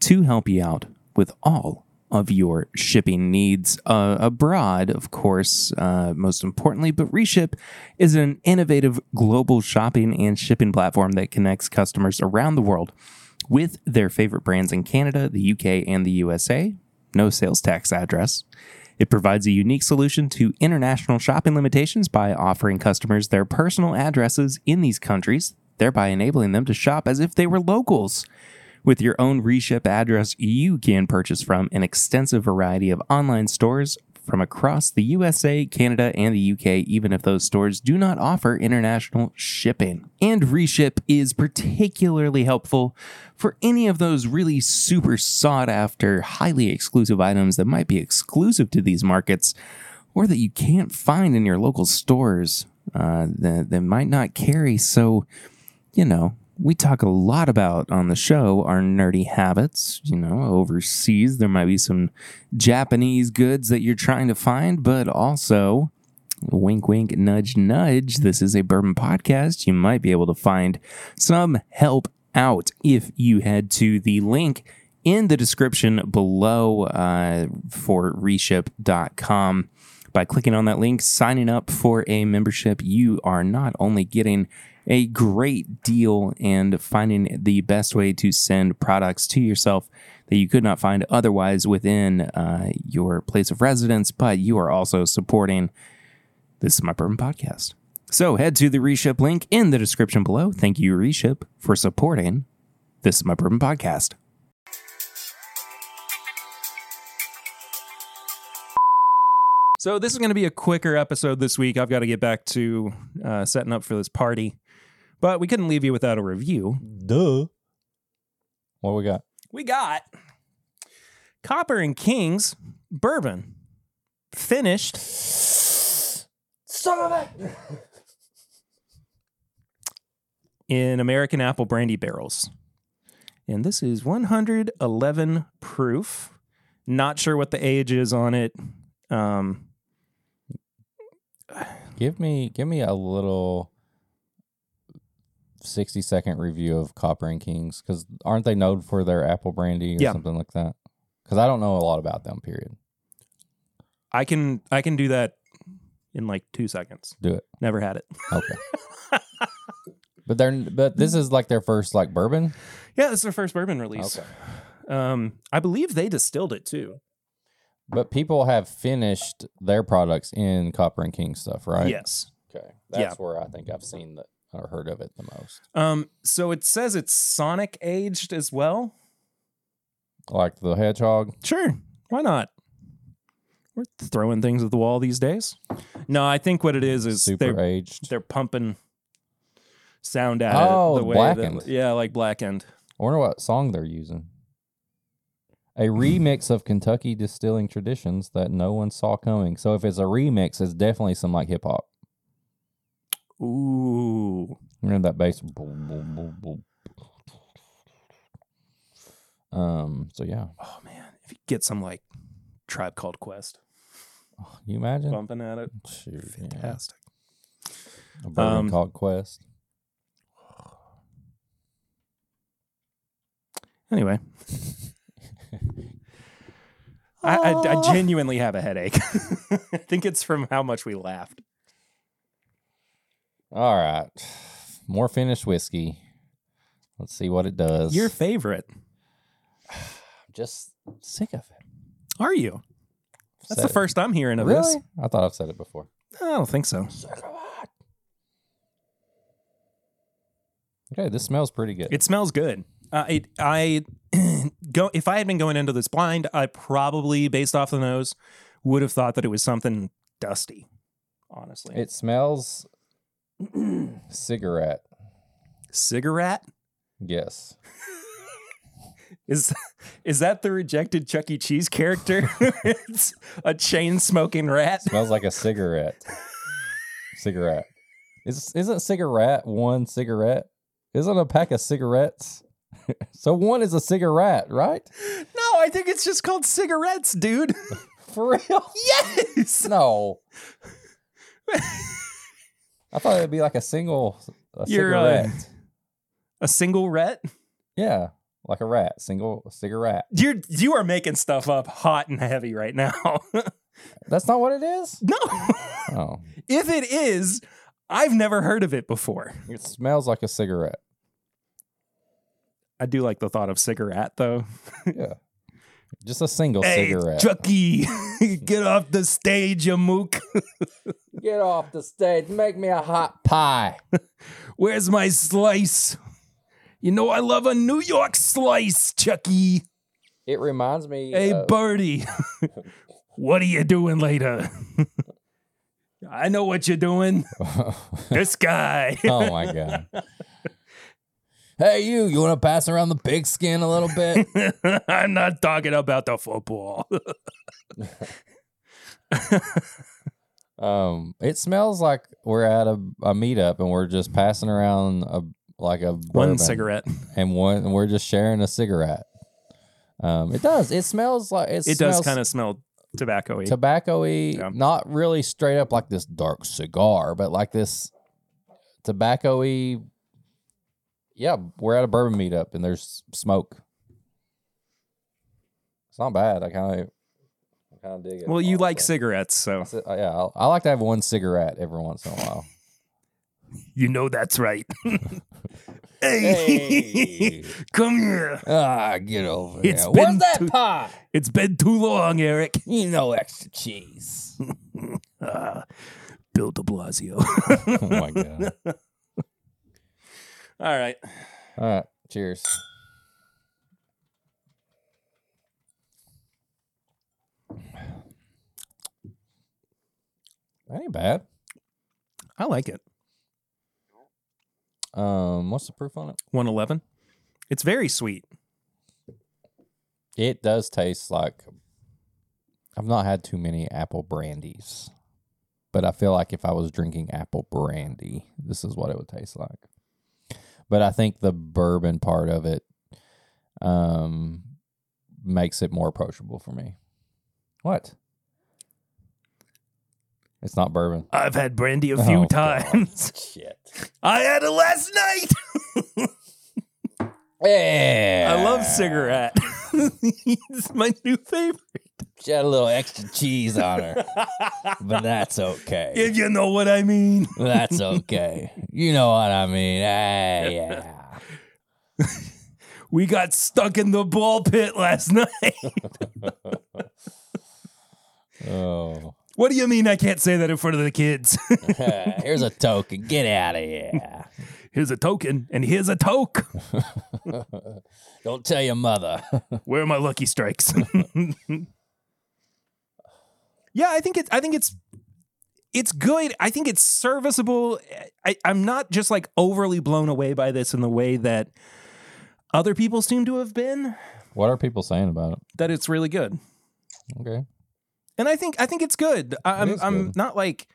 Speaker 1: to help you out with all of your shipping needs uh, abroad, of course, uh, most importantly. But Reship is an innovative global shopping and shipping platform that connects customers around the world
Speaker 4: with their favorite brands in Canada, the UK, and the USA. No sales tax address. It provides a unique solution to international shopping limitations by offering customers their personal addresses in these countries, thereby enabling them to shop as if they were locals. With your own reship address, you can purchase from an extensive variety of online stores from across the USA, Canada, and the UK, even if those stores do not offer international shipping. And reship is particularly helpful for any of those really super sought after, highly exclusive items that might be exclusive to these markets or that you can't find in your local stores uh, that, that might not carry. So, you know, we talk a lot about on the show our nerdy habits. You know, overseas, there might be some Japanese goods that you're trying to find, but also, wink, wink, nudge, nudge, this is a bourbon podcast. You might be able to find some help out if you head to the link in the description below uh, for reship.com. By clicking on that link, signing up for a membership, you are not only getting a great deal and finding the best way to send products to yourself that you could not find otherwise within uh, your place of residence, but you are also supporting this is my bourbon podcast. So head to the Reship link in the description below. Thank you, Reship, for supporting this is my bourbon podcast.
Speaker 1: So this is going to be a quicker episode this week. I've got to get back to uh, setting up for this party, but we couldn't leave you without a review.
Speaker 2: Duh. What we got?
Speaker 1: We got Copper and Kings bourbon finished.
Speaker 2: Son of it!
Speaker 1: in American apple brandy barrels. And this is 111 proof. Not sure what the age is on it. Um,
Speaker 2: Give me, give me a little sixty-second review of Copper and Kings because aren't they known for their apple brandy or
Speaker 1: Yeah.
Speaker 2: something like that? Because I don't know a lot about them. Period.
Speaker 1: I can I can do that in like two seconds.
Speaker 2: Do it.
Speaker 1: Never had it.
Speaker 2: Okay. but they're, but this is like their first like bourbon.
Speaker 1: Yeah, it's their first bourbon release. Um, I believe they distilled it too.
Speaker 2: But people have finished their products in Copper and King stuff, right?
Speaker 1: Yes.
Speaker 2: Okay.
Speaker 1: Yeah.
Speaker 2: That's where I think I've seen the, or heard of it the most.
Speaker 1: Um, so it says it's Sonic aged as well.
Speaker 2: Like the hedgehog.
Speaker 1: Sure. Why not? We're throwing things at the wall these days. No, I think what it is is they're
Speaker 2: super aged.
Speaker 1: they're pumping sound at
Speaker 2: Oh,
Speaker 1: it. The way
Speaker 2: blackened.
Speaker 1: That, yeah, like blackened.
Speaker 2: I wonder what song they're using. A remix of Kentucky distilling traditions that no one saw coming. So if it's a remix, it's definitely some like hip hop.
Speaker 1: Ooh.
Speaker 2: You know that bass. boom, boom, boom, boom. Um. So yeah,
Speaker 1: Oh man. If you get some like tribe called Quest
Speaker 2: Can you imagine.
Speaker 1: bumping at it.
Speaker 2: Shoot, yeah.
Speaker 1: Um, Fantastic.
Speaker 2: A bourbon
Speaker 1: Um,
Speaker 2: called Quest.
Speaker 1: Anyway. I, I, I genuinely have a headache. I think it's from how much we laughed.
Speaker 2: All right, more finished whiskey. Let's see what it does.
Speaker 1: Your favorite.
Speaker 2: just sick of it.
Speaker 1: Are you? That's the
Speaker 2: Said it.
Speaker 1: first I'm hearing of
Speaker 2: Really?
Speaker 1: this.
Speaker 2: I thought I've said it before.
Speaker 1: I don't think so.
Speaker 2: Okay, this smells pretty good.
Speaker 1: It smells good. Uh, it, I go if I had been going into this blind, I probably, based off the nose, would have thought that it was something dusty. Honestly,
Speaker 2: It smells cigarette.
Speaker 1: cigarette
Speaker 2: Yes.
Speaker 1: is is that the rejected Chuck E. Cheese character? it's a chain smoking rat.
Speaker 2: smells like a cigarette. cigarette. Is isn't cigarette one cigarette? Isn't a pack of cigarettes? so one is a cigarette, right?
Speaker 1: No, I think it's just called cigarettes, dude.
Speaker 2: For real?
Speaker 1: yes.
Speaker 2: No. I thought it would be like a single a
Speaker 1: You're, uh,
Speaker 2: cigarette.
Speaker 1: A single rat.
Speaker 2: Yeah. Like a rat, single cigarette.
Speaker 1: You're you are making stuff up hot and heavy right now.
Speaker 2: That's not what it is?
Speaker 1: no.
Speaker 2: Oh.
Speaker 1: If it is, I've never heard of it before.
Speaker 2: It smells like a cigarette.
Speaker 1: I do like the thought of cigarette though.
Speaker 2: Just a single
Speaker 1: hey,
Speaker 2: cigarette.
Speaker 1: Chucky, get off the stage, you mook.
Speaker 2: Get off the stage. Make me a hot pie.
Speaker 1: Where's my slice? You know I love a New York slice, Chucky.
Speaker 2: It reminds me.
Speaker 1: Hey,
Speaker 2: of-
Speaker 1: Birdie, what are you doing later? I know what you're doing. This guy.
Speaker 2: oh my god. Hey, you. You want to pass around the pigskin a little bit?
Speaker 1: I'm not talking about the football.
Speaker 2: Um, it smells like we're at a, a meetup and we're just passing around a like a
Speaker 1: One
Speaker 2: bourbon
Speaker 1: cigarette.
Speaker 2: and one and we're just sharing a cigarette. Um, it does. It smells like it,
Speaker 1: It
Speaker 2: smells
Speaker 1: does kind of smell tobacco-y.
Speaker 2: tobacco-y,
Speaker 1: Yeah.
Speaker 2: not really straight up like this dark cigar, but like this tobacco-y. Yeah, we're at a bourbon meetup and there's smoke. It's not bad. I kind of, I kind of dig it.
Speaker 1: well, you like
Speaker 2: honestly.
Speaker 1: cigarettes, so
Speaker 2: So, uh, yeah, I, I like to have one cigarette every once in a while.
Speaker 1: you know that's right. hey,
Speaker 2: Hey.
Speaker 1: come here.
Speaker 2: ah, get over
Speaker 1: It's
Speaker 2: here.
Speaker 1: been
Speaker 2: Where's that
Speaker 1: too-
Speaker 2: pie?
Speaker 1: It's been too long, Eric.
Speaker 2: You know, extra cheese.
Speaker 1: Uh, Bill de Blasio.
Speaker 2: oh my god!
Speaker 1: All right.
Speaker 2: All right, cheers. That ain't bad.
Speaker 1: I like it.
Speaker 2: Um, what's the proof on it?
Speaker 1: 111. It's very sweet.
Speaker 2: It does taste like. I've not had too many apple brandies, but I feel like if I was drinking apple brandy, this is what it would taste like. But I think the bourbon part of it um, makes it more approachable for me. What? It's not bourbon.
Speaker 1: I've had brandy a
Speaker 2: Oh,
Speaker 1: few
Speaker 2: God.
Speaker 1: times.
Speaker 2: Shit.
Speaker 1: I had it last night.
Speaker 2: Yeah.
Speaker 1: I love cigarette. it's my new favorite.
Speaker 2: She had a little extra cheese on her, but that's okay.
Speaker 1: If you know what I mean.
Speaker 2: That's okay. you know what I mean. Ah, yeah.
Speaker 1: We got stuck in the ball pit last night.
Speaker 2: Oh.
Speaker 1: What do you mean I can't say that in front of the kids?
Speaker 2: Here's a token. Get out of here.
Speaker 1: here's a token and here's a toke.
Speaker 2: Don't tell your mother.
Speaker 1: Where are my lucky strikes? yeah, I think it's I think it's it's good. I think it's serviceable. I, I'm not just like overly blown away by this in the way that other people seem to have been.
Speaker 2: what are people saying about it?
Speaker 1: That it's really good.
Speaker 2: Okay.
Speaker 1: and I think I think it's good. I,
Speaker 2: It
Speaker 1: I'm
Speaker 2: is
Speaker 1: I'm
Speaker 2: good.
Speaker 1: not like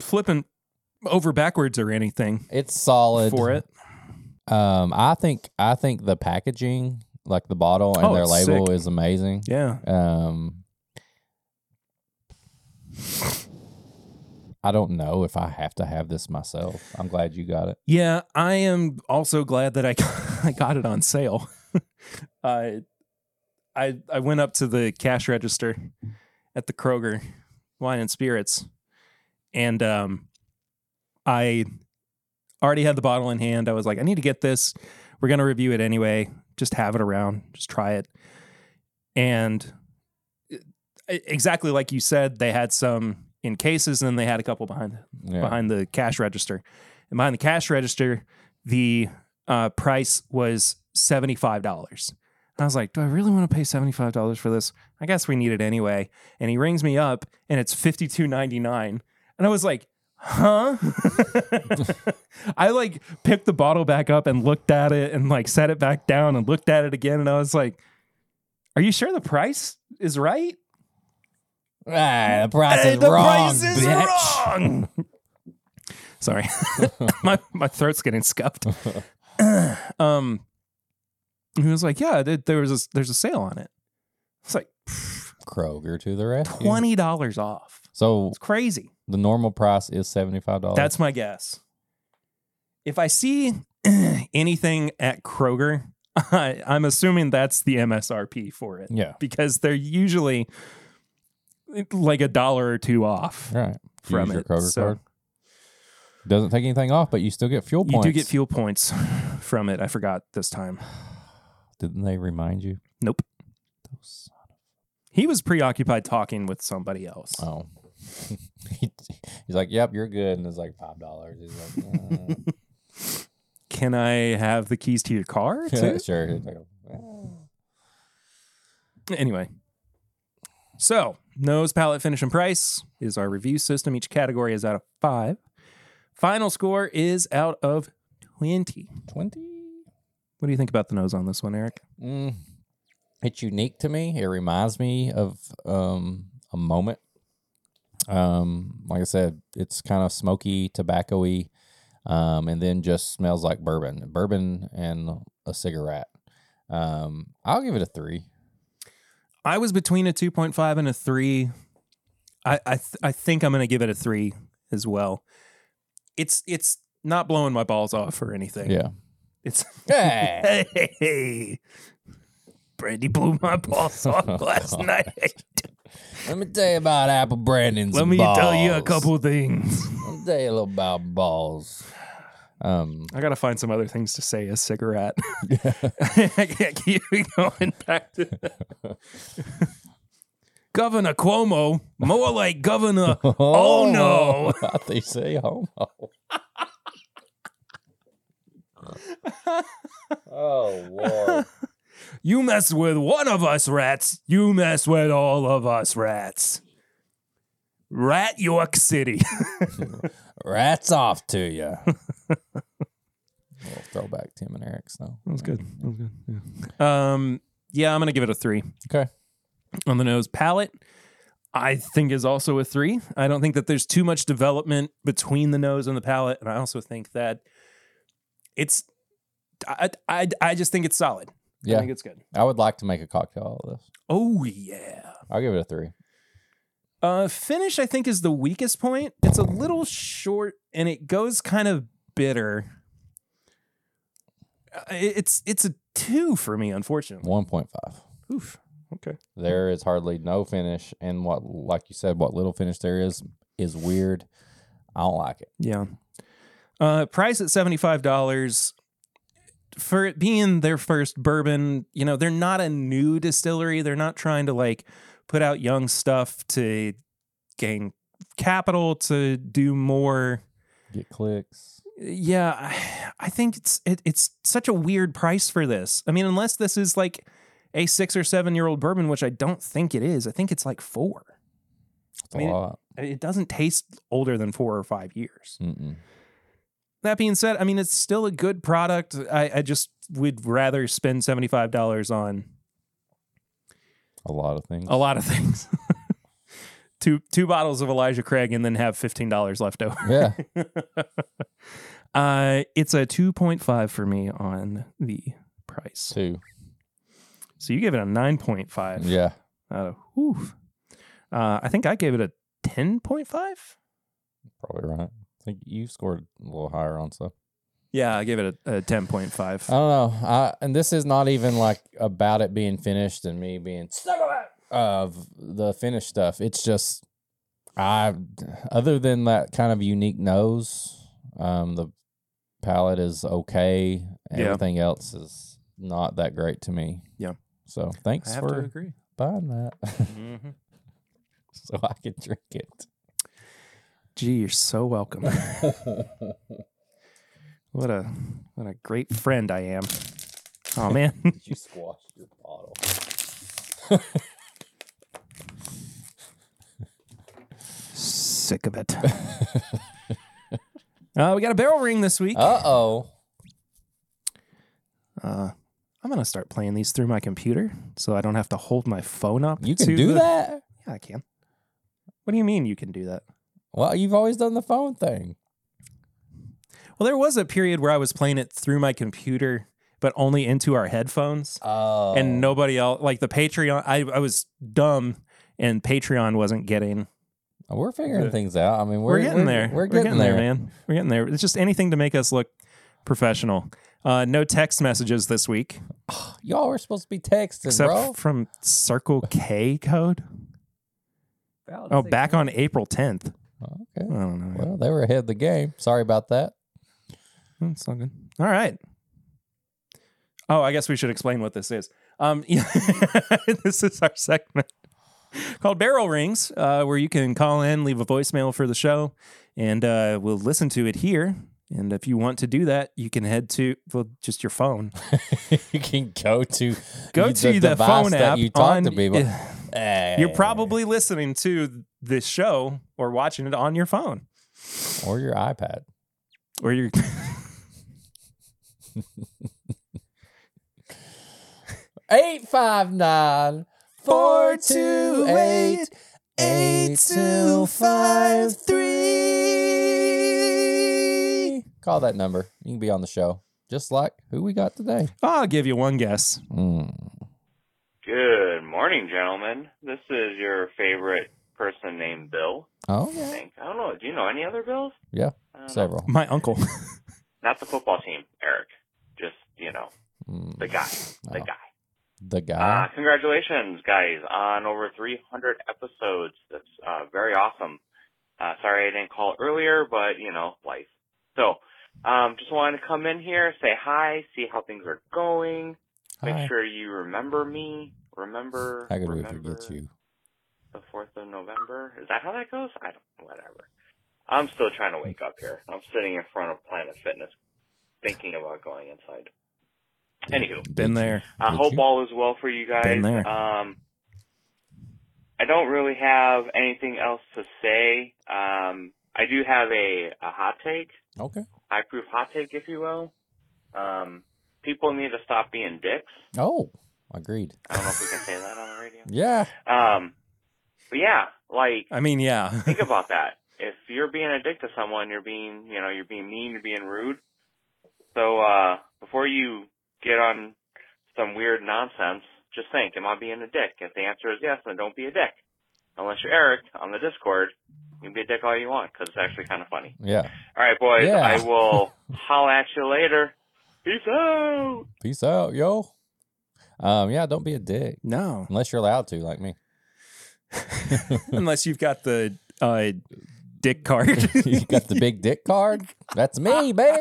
Speaker 1: flipping over backwards or anything
Speaker 2: It's solid.
Speaker 1: for it.
Speaker 2: Um, I think I think the packaging, like the bottle and
Speaker 1: Oh,
Speaker 2: their
Speaker 1: it's
Speaker 2: label
Speaker 1: sick.
Speaker 2: is amazing.
Speaker 1: Yeah,
Speaker 2: Um I don't know if I have to have this myself. I'm glad you got it.
Speaker 1: yeah. I am also glad that I I got it on sale. I I I went up to the cash register at the Kroger Wine and Spirits, and um, I already had the bottle in hand. I was like, I need to get this. We're gonna review it anyway. Just have it around. Just try it. And it- exactly like you said, they had some in cases, and then they had a couple behind
Speaker 2: Yeah.
Speaker 1: behind the cash register. And behind the cash register, the uh, price was seventy five dollars. And I was like, "Do I really want to pay seventy five dollars for this? I guess we need it anyway." And he rings me up, and it's fifty two ninety nine. And I was like, "Huh?" I like picked the bottle back up and looked at it, and like set it back down and looked at it again, and I was like, "Are you sure the price is right?"
Speaker 2: Ah, the price
Speaker 1: Hey,
Speaker 2: is
Speaker 1: the
Speaker 2: wrong,
Speaker 1: price is
Speaker 2: bitch.
Speaker 1: wrong. Sorry, my my throat's getting scuffed. um, he was like, "Yeah, there, there was a, there's a sale on it. It's like
Speaker 2: Kroger to the rescue.
Speaker 1: twenty dollars off.
Speaker 2: So
Speaker 1: It's crazy.
Speaker 2: the normal price is seventy five dollars.
Speaker 1: That's my guess. If I see anything at Kroger, I, I'm assuming that's the MSRP for it
Speaker 2: yeah,
Speaker 1: because they're usually like a dollar or two off
Speaker 2: right. You
Speaker 1: from
Speaker 2: use your
Speaker 1: it.
Speaker 2: Kroger
Speaker 1: so-
Speaker 2: card? Doesn't take anything off, but you still get fuel points.
Speaker 1: You do get fuel points from it. I forgot this time.
Speaker 2: Didn't they remind you?
Speaker 1: Nope. He was preoccupied talking with somebody else.
Speaker 2: Oh. He- He's like, "Yep, you're good," and it's like five dollars. He's like, uh,
Speaker 1: Can I have the keys to your car?
Speaker 2: yeah,
Speaker 1: Too?
Speaker 2: "Sure." He's like, "Uh,
Speaker 1: Anyway. So, nose, palette, finish, and price is our review system. Each category is out of five. Final score is out of 20.
Speaker 2: 20?
Speaker 1: What do you think about the nose on this one, Eric?
Speaker 2: Mm, it's unique to me. It reminds me of um, a moment. Um, like I said, it's kind of smoky, tobacco-y, um, and then just smells like bourbon, bourbon and a cigarette. Um, I'll give it a three.
Speaker 1: I was between a 2.5 and a 3. I I, th- I think I'm going to give it a 3 as well. It's it's not blowing my balls off or anything.
Speaker 2: Yeah.
Speaker 1: It's
Speaker 2: Yeah.
Speaker 1: hey. Brandy blew my balls off
Speaker 2: Oh,
Speaker 1: last
Speaker 2: God.
Speaker 1: night.
Speaker 2: Let me tell you about Apple Brandon's.
Speaker 1: Let me tell you a
Speaker 2: balls.
Speaker 1: couple things.
Speaker 2: Let me tell you a little about balls. Um,
Speaker 1: I gotta find some other things to say. A cigarette. I can't keep going back to that. Governor Cuomo, more like Governor. Oh, no.
Speaker 2: they say homo. oh lord.
Speaker 1: You mess with one of us rats, you mess with all of us rats. Rat York City.
Speaker 2: Rats off to you. little throwback Tim and Eric's though.
Speaker 1: That was good. That was good. Yeah. Um, yeah, I'm gonna give it a three.
Speaker 2: Okay.
Speaker 1: On the nose palette, I think is also a three. I don't think that there's too much development between the nose and the palette, and I also think that it's. I I, I just think it's solid. I
Speaker 2: Yeah.
Speaker 1: think it's good.
Speaker 2: I would like to make a cocktail out of this.
Speaker 1: Oh yeah.
Speaker 2: I'll give it a three.
Speaker 1: Uh, finish, I think, is the weakest point. It's a little short, and it goes kind of bitter. Uh, it- It's it's a two for me, unfortunately.
Speaker 2: One point five.
Speaker 1: Oof. Okay.
Speaker 2: There is hardly no finish, and what, like you said, what little finish there is is weird. I don't like it.
Speaker 1: Yeah. Uh, price at seventy five dollars for it being their first bourbon. You know, they're not a new distillery. They're not trying to like put out young stuff to gain capital to do more.
Speaker 2: Get clicks.
Speaker 1: Yeah, I- I think it's it, it's such a weird price for this. I mean, unless this is like a six or seven year old bourbon, which I don't think it is. I think it's like four.
Speaker 2: It's
Speaker 1: I
Speaker 2: a
Speaker 1: mean, it-
Speaker 2: lot.
Speaker 1: It doesn't taste older than four or five years.
Speaker 2: Mm-mm.
Speaker 1: That being said, I mean, it's still a good product. I, I just would rather spend $75 on
Speaker 2: A lot of things.
Speaker 1: a lot of things. two two bottles of Elijah Craig and then have $15 left over.
Speaker 2: Yeah.
Speaker 1: Uh, it's a 2.5 for me on the price.
Speaker 2: Two.
Speaker 1: So you gave it a 9.5.
Speaker 2: Yeah.
Speaker 1: out of- whew. Uh, I think I gave it a 10.5.
Speaker 2: Probably right. I think you scored a little higher on stuff.
Speaker 1: Yeah, I gave it a, a 10.5.
Speaker 2: I don't know. I, and this is not even like about it being finished and me being of the finished stuff. It's just I, other than that kind of unique nose, um, the palette is okay.
Speaker 1: Yeah.
Speaker 2: Everything else is not that great to me.
Speaker 1: Yeah.
Speaker 2: So thanks
Speaker 1: I have to
Speaker 2: for
Speaker 1: agree.
Speaker 2: buying that,
Speaker 1: Mhm.
Speaker 2: so I can drink it.
Speaker 1: Gee, you're so welcome. What a what a great friend I am. Oh man.
Speaker 2: Did you squash your bottle?
Speaker 1: Sick of it. uh, we got a barrel ring this week.
Speaker 2: Uh oh.
Speaker 1: Uh, I'm gonna start playing these through my computer so I don't have to hold my phone up.
Speaker 2: You
Speaker 1: to
Speaker 2: can do
Speaker 1: the-
Speaker 2: that?
Speaker 1: Yeah, I can. What do you mean you can do that?
Speaker 2: Well, you've always done the phone thing.
Speaker 1: Well, there was a period where I was playing it through my computer, but only into our headphones.
Speaker 2: Oh.
Speaker 1: and nobody else like the patreon I, I was dumb and patreon wasn't getting
Speaker 2: We're figuring
Speaker 1: Yeah.
Speaker 2: things out. I mean,
Speaker 1: we're,
Speaker 2: we're,
Speaker 1: getting there
Speaker 2: We're getting, there,
Speaker 1: man we're getting there it's just anything to make us look professional uh, no text messages this week
Speaker 2: Y'all were supposed to be texting,
Speaker 1: except
Speaker 2: bro.
Speaker 1: from circle k code oh back on Oh, april 10th
Speaker 2: Okay.
Speaker 1: I don't know.
Speaker 2: Well, they were ahead of the game. Sorry about that.
Speaker 1: That's Oh, all good. All right. Oh, I guess we should explain what this is. Um, yeah, this is our segment called Barrel Rings, uh, where you can call in, leave a voicemail for the show, and uh, we'll listen to it here. And if you want to do that, you can head to well, just your phone.
Speaker 2: you can go to
Speaker 1: Go
Speaker 2: the
Speaker 1: to the
Speaker 2: device
Speaker 1: phone
Speaker 2: that
Speaker 1: app.
Speaker 2: you talk
Speaker 1: on-
Speaker 2: to people. Eh.
Speaker 1: Yeah.
Speaker 2: Hey.
Speaker 1: You're probably listening to this show or watching it on your phone
Speaker 2: or your iPad.
Speaker 1: or your.
Speaker 2: Eight five nine four two eight eight two five three. Call that number. You can be on the show, just like who we got today.
Speaker 1: I'll give you one guess.
Speaker 2: Mm.
Speaker 5: Good morning, gentlemen. This is your favorite person named Bill,
Speaker 2: Oh
Speaker 5: I
Speaker 2: yeah,
Speaker 5: think. I don't know. Do you know any other Bills?
Speaker 2: yeah,
Speaker 5: I don't know.
Speaker 2: several.
Speaker 1: My uncle.
Speaker 5: Not the football team, Eric. Just, you know,
Speaker 2: Mm,
Speaker 5: the guy. The
Speaker 2: Oh.
Speaker 5: guy.
Speaker 2: the guy.
Speaker 5: Uh, congratulations, guys, on over 300 episodes. That's uh, very awesome. Uh, sorry I didn't call earlier, but, you know, life. So, um, just wanted to come in here, say hi, see how things are going. Ah, Make
Speaker 2: Hi.
Speaker 5: sure you remember me. Remember.
Speaker 2: I could really
Speaker 5: remember
Speaker 2: forget you.
Speaker 5: the fourth of November. Is that how that goes? I don't. Whatever. I'm still trying to wake up here. I'm sitting in front of Planet Fitness, thinking about going inside. Anywho,
Speaker 1: Been there.
Speaker 5: I
Speaker 2: Did
Speaker 5: hope
Speaker 2: you?
Speaker 5: all is well for you guys.
Speaker 1: Been there.
Speaker 5: Um, I don't really have anything else to say. Um, I do have a, a hot take,
Speaker 2: Okay.
Speaker 5: high proof hot take, if you will. Um, people need to stop being dicks.
Speaker 2: Oh, agreed.
Speaker 5: I don't know if we can say that on the radio.
Speaker 2: Yeah.
Speaker 5: Um, but yeah, like
Speaker 1: I mean, yeah.
Speaker 5: think about that. If you're being a dick to someone, you're being, you know, you're being mean, you're being rude. So, uh, before you get on some weird nonsense, just think, am I being a dick? If the answer is yes, then don't be a dick. Unless you're Eric on the Discord, you can be a dick all you want because it's actually kind of funny.
Speaker 2: Yeah.
Speaker 5: All right, boys,
Speaker 2: Yeah.
Speaker 5: I will holla at you later. Peace out.
Speaker 2: Peace out, yo. Um, yeah, don't be a dick
Speaker 1: No.
Speaker 2: unless you're allowed to, like me.
Speaker 1: Unless you've got the uh, dick card.
Speaker 2: you got the big dick card. That's me, baby.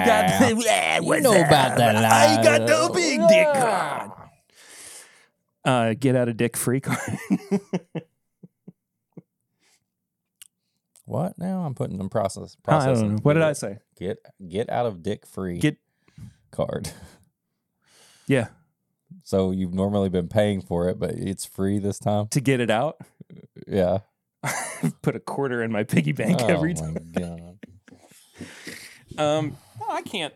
Speaker 1: You got the, yeah,
Speaker 2: You
Speaker 1: what's
Speaker 2: know
Speaker 1: up?
Speaker 2: about that
Speaker 1: I got
Speaker 2: lotto.
Speaker 1: the big dick
Speaker 2: Yeah.
Speaker 1: card. Uh, get out of dick free card.
Speaker 2: what now? I'm putting them process.
Speaker 1: I
Speaker 2: Processing.
Speaker 1: don't know. What did I say?
Speaker 2: Get get out of dick free
Speaker 1: Get
Speaker 2: card.
Speaker 1: yeah
Speaker 2: So you've normally been paying for it, but it's free this time.
Speaker 1: to get it out.
Speaker 2: Yeah.
Speaker 1: Put a quarter in my piggy bank
Speaker 2: oh
Speaker 1: every
Speaker 2: my
Speaker 1: time.
Speaker 2: god.
Speaker 1: Um, no, I can't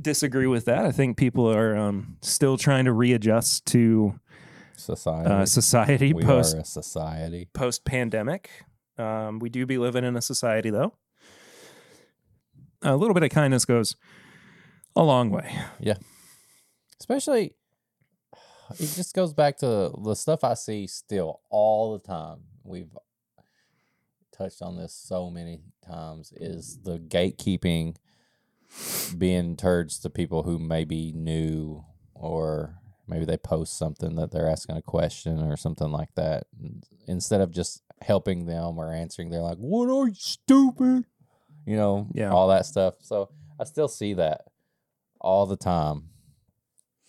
Speaker 1: disagree with that. I think people are um, still trying to readjust to
Speaker 2: Society.
Speaker 1: uh, society
Speaker 2: we
Speaker 1: post
Speaker 2: are a society.
Speaker 1: post pandemic. Um, we do be living in a society, though. A little bit of kindness goes a long way.
Speaker 2: especially it just goes back to the stuff i see still all the time we've touched on this so many times is the gatekeeping being turds to people who maybe knew or maybe they post something that they're asking a question or something like that instead of just helping them or answering they're like what are you stupid you know
Speaker 1: Yeah.
Speaker 2: all that stuff so i still see that all the time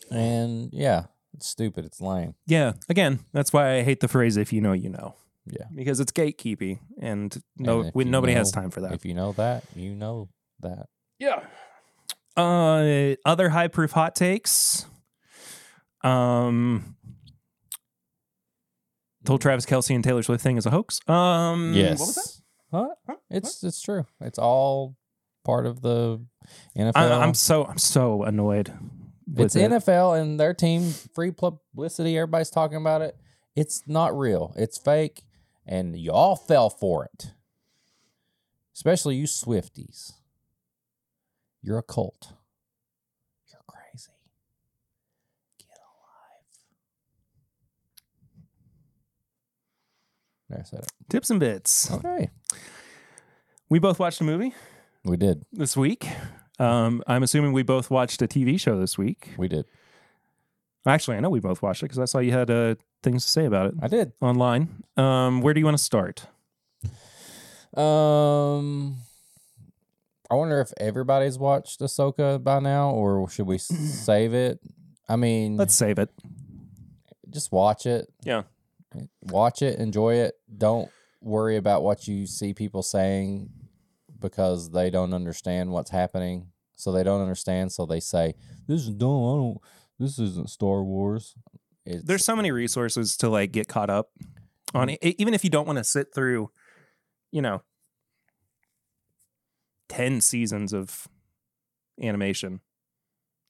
Speaker 2: and yeah, it's stupid. It's lame.
Speaker 1: Yeah, again, that's why I hate the phrase "if you know, you know."
Speaker 2: Yeah.
Speaker 1: because it's gatekeeping, and no,
Speaker 2: And if
Speaker 1: we,
Speaker 2: you
Speaker 1: nobody
Speaker 2: know-
Speaker 1: has time for that.
Speaker 2: If you know that, you know that.
Speaker 1: Yeah. Uh, other high proof hot takes. Um, the whole Travis Kelsey and Taylor Swift thing is a hoax. Um,
Speaker 2: yes.
Speaker 1: What was that?
Speaker 2: Huh? It's it's true. It's all part of the NFL.
Speaker 1: I, I'm so I'm so annoyed. with
Speaker 2: it's
Speaker 1: it.
Speaker 2: NFL and their team free publicity. Everybody's talking about it. It's not real. It's fake, and y'all fell for it. Especially you Swifties. You're a cult. You're crazy. Get alive. There I said it.
Speaker 1: Tips and bits.
Speaker 2: Okay,
Speaker 1: We both watched a movie
Speaker 2: we did.
Speaker 1: this week. Um, I'm assuming we both watched a TV show this week.
Speaker 2: We did.
Speaker 1: Actually, I know we both watched it because I saw you had uh, things to say about it
Speaker 2: I did.
Speaker 1: online. Um, where do you want to start?
Speaker 2: Um, I wonder if everybody's watched Ahsoka by now, or should we s- save it? I mean,
Speaker 1: Let's save it.
Speaker 2: just watch it.
Speaker 1: Yeah.
Speaker 2: Watch it, enjoy it. Don't worry about what you see people saying because they don't understand what's happening. So they don't understand. So they say, "This is dumb. I don't. This isn't Star Wars." It's,
Speaker 1: There's so many resources to like get caught up on it, even if you don't want to sit through, you know, 10 seasons of animation,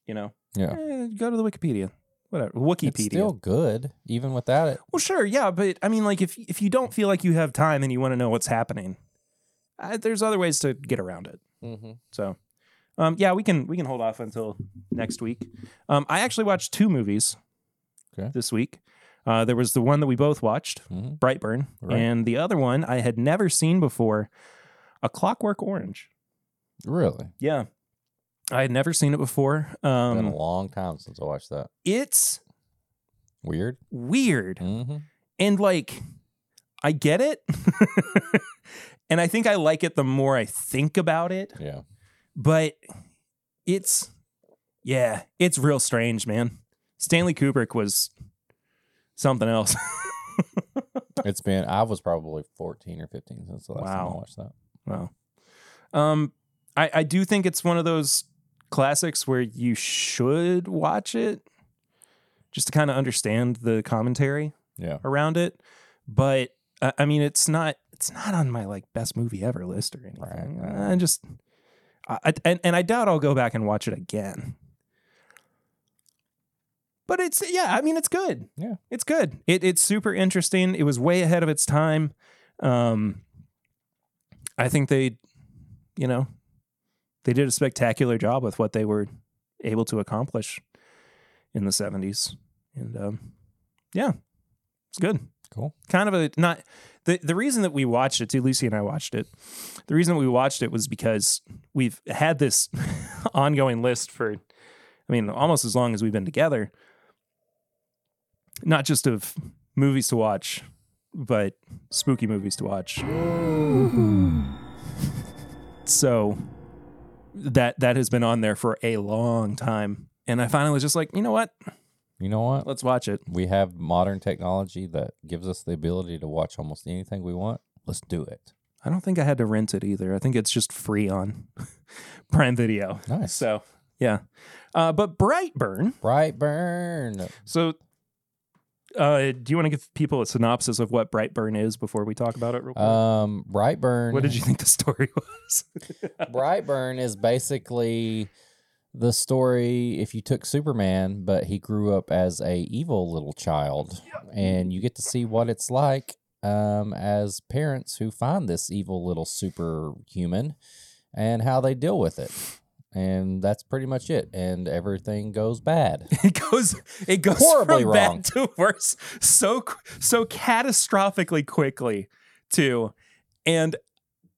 Speaker 1: you know.
Speaker 2: Yeah.
Speaker 1: Eh, go to the Wikipedia. Whatever.
Speaker 2: it's
Speaker 1: Wikipedia.
Speaker 2: still good, even without it.
Speaker 1: Well, sure, yeah, but I mean, like, if if you don't feel like you have time and you want to know what's happening, uh, there's other ways to get around it.
Speaker 2: Mm-hmm.
Speaker 1: So, um, yeah, we can we can hold off until next week. Um, I actually watched two movies
Speaker 2: Okay.
Speaker 1: this week. Uh, there was the one that we both watched,
Speaker 2: Mm-hmm.
Speaker 1: Brightburn,
Speaker 2: Right.
Speaker 1: and the other one I had never seen before, A Clockwork Orange.
Speaker 2: Really,
Speaker 1: Yeah, I had never seen it before. Um,
Speaker 2: been a long time since I watched that.
Speaker 1: It's
Speaker 2: Weird.
Speaker 1: weird.
Speaker 2: Mm-hmm.
Speaker 1: and like i get it and i think i like it the more i think about it
Speaker 2: Yeah.
Speaker 1: but it's yeah it's real strange man stanley kubrick was something else
Speaker 2: It's been I was probably fourteen or fifteen since the last time I
Speaker 1: Wow.
Speaker 2: watched that.
Speaker 1: wow um i i do think it's one of those classics where you should watch it just to kind of understand the commentary
Speaker 2: Yeah.
Speaker 1: around it but uh, i mean it's not it's not on my like best movie ever list or anything
Speaker 2: Right, right.
Speaker 1: i just I, I- and, and i doubt i'll go back and watch it again but it's yeah i mean it's good
Speaker 2: Yeah.
Speaker 1: it's good it, it's super interesting it was way ahead of its time um i think they you know they did a spectacular job with what they were able to accomplish in the 70s and um yeah it's good
Speaker 2: Cool.
Speaker 1: kind of a not the the reason that we watched it too lucy and i watched it the reason we watched it was because we've had this ongoing list for i mean almost as long as we've been together not just of movies to watch but spooky movies to watch so that that has been on there for a long time and i finally was just like you know what
Speaker 2: You know what?
Speaker 1: let's watch it
Speaker 2: We have modern technology that gives us the ability to watch almost anything we want. Let's do it.
Speaker 1: I don't think I had to rent it either. I think it's just free on Prime Video.
Speaker 2: Nice.
Speaker 1: So yeah, uh, but Brightburn.
Speaker 2: Brightburn.
Speaker 1: So uh, do you want to give people a synopsis of what Brightburn is before we talk about it? Real quick?
Speaker 2: Um, Brightburn.
Speaker 1: what did you think the story was?
Speaker 2: Brightburn is basically the story if you took Superman, but he grew up as a evil little child, and you get to see what it's like um, as parents who find this evil little superhuman and how they deal with it. And that's pretty much it. And everything goes bad.
Speaker 1: it goes it goes
Speaker 2: Horribly
Speaker 1: from
Speaker 2: wrong.
Speaker 1: bad to worse so qu- so catastrophically quickly too and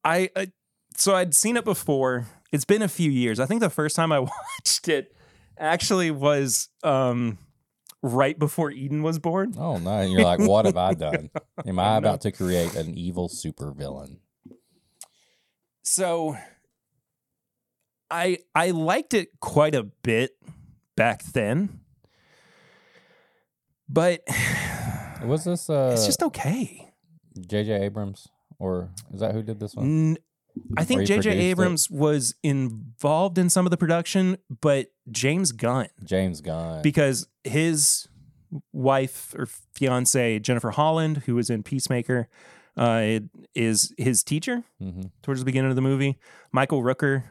Speaker 1: i uh, so i'd seen it before it's been a few years i think the first time i watched it actually was um right before eden was born
Speaker 2: Oh no! And you're like, what have I done? Am I
Speaker 1: know.
Speaker 2: about to create an evil supervillain?
Speaker 1: so i i liked it quite a bit back then but
Speaker 2: Was this uh,
Speaker 1: it's just okay
Speaker 2: J.J. Abrams, or is that who did this one?
Speaker 1: N- I think
Speaker 2: Or he
Speaker 1: J.J.
Speaker 2: produced it.
Speaker 1: Abrams was involved in some of the production, but James Gunn,
Speaker 2: James Gunn.
Speaker 1: because his wife or fiance Jennifer Holland, who was in Peacemaker, uh, is his teacher
Speaker 2: hmm
Speaker 1: towards the beginning of the movie. Michael Rooker,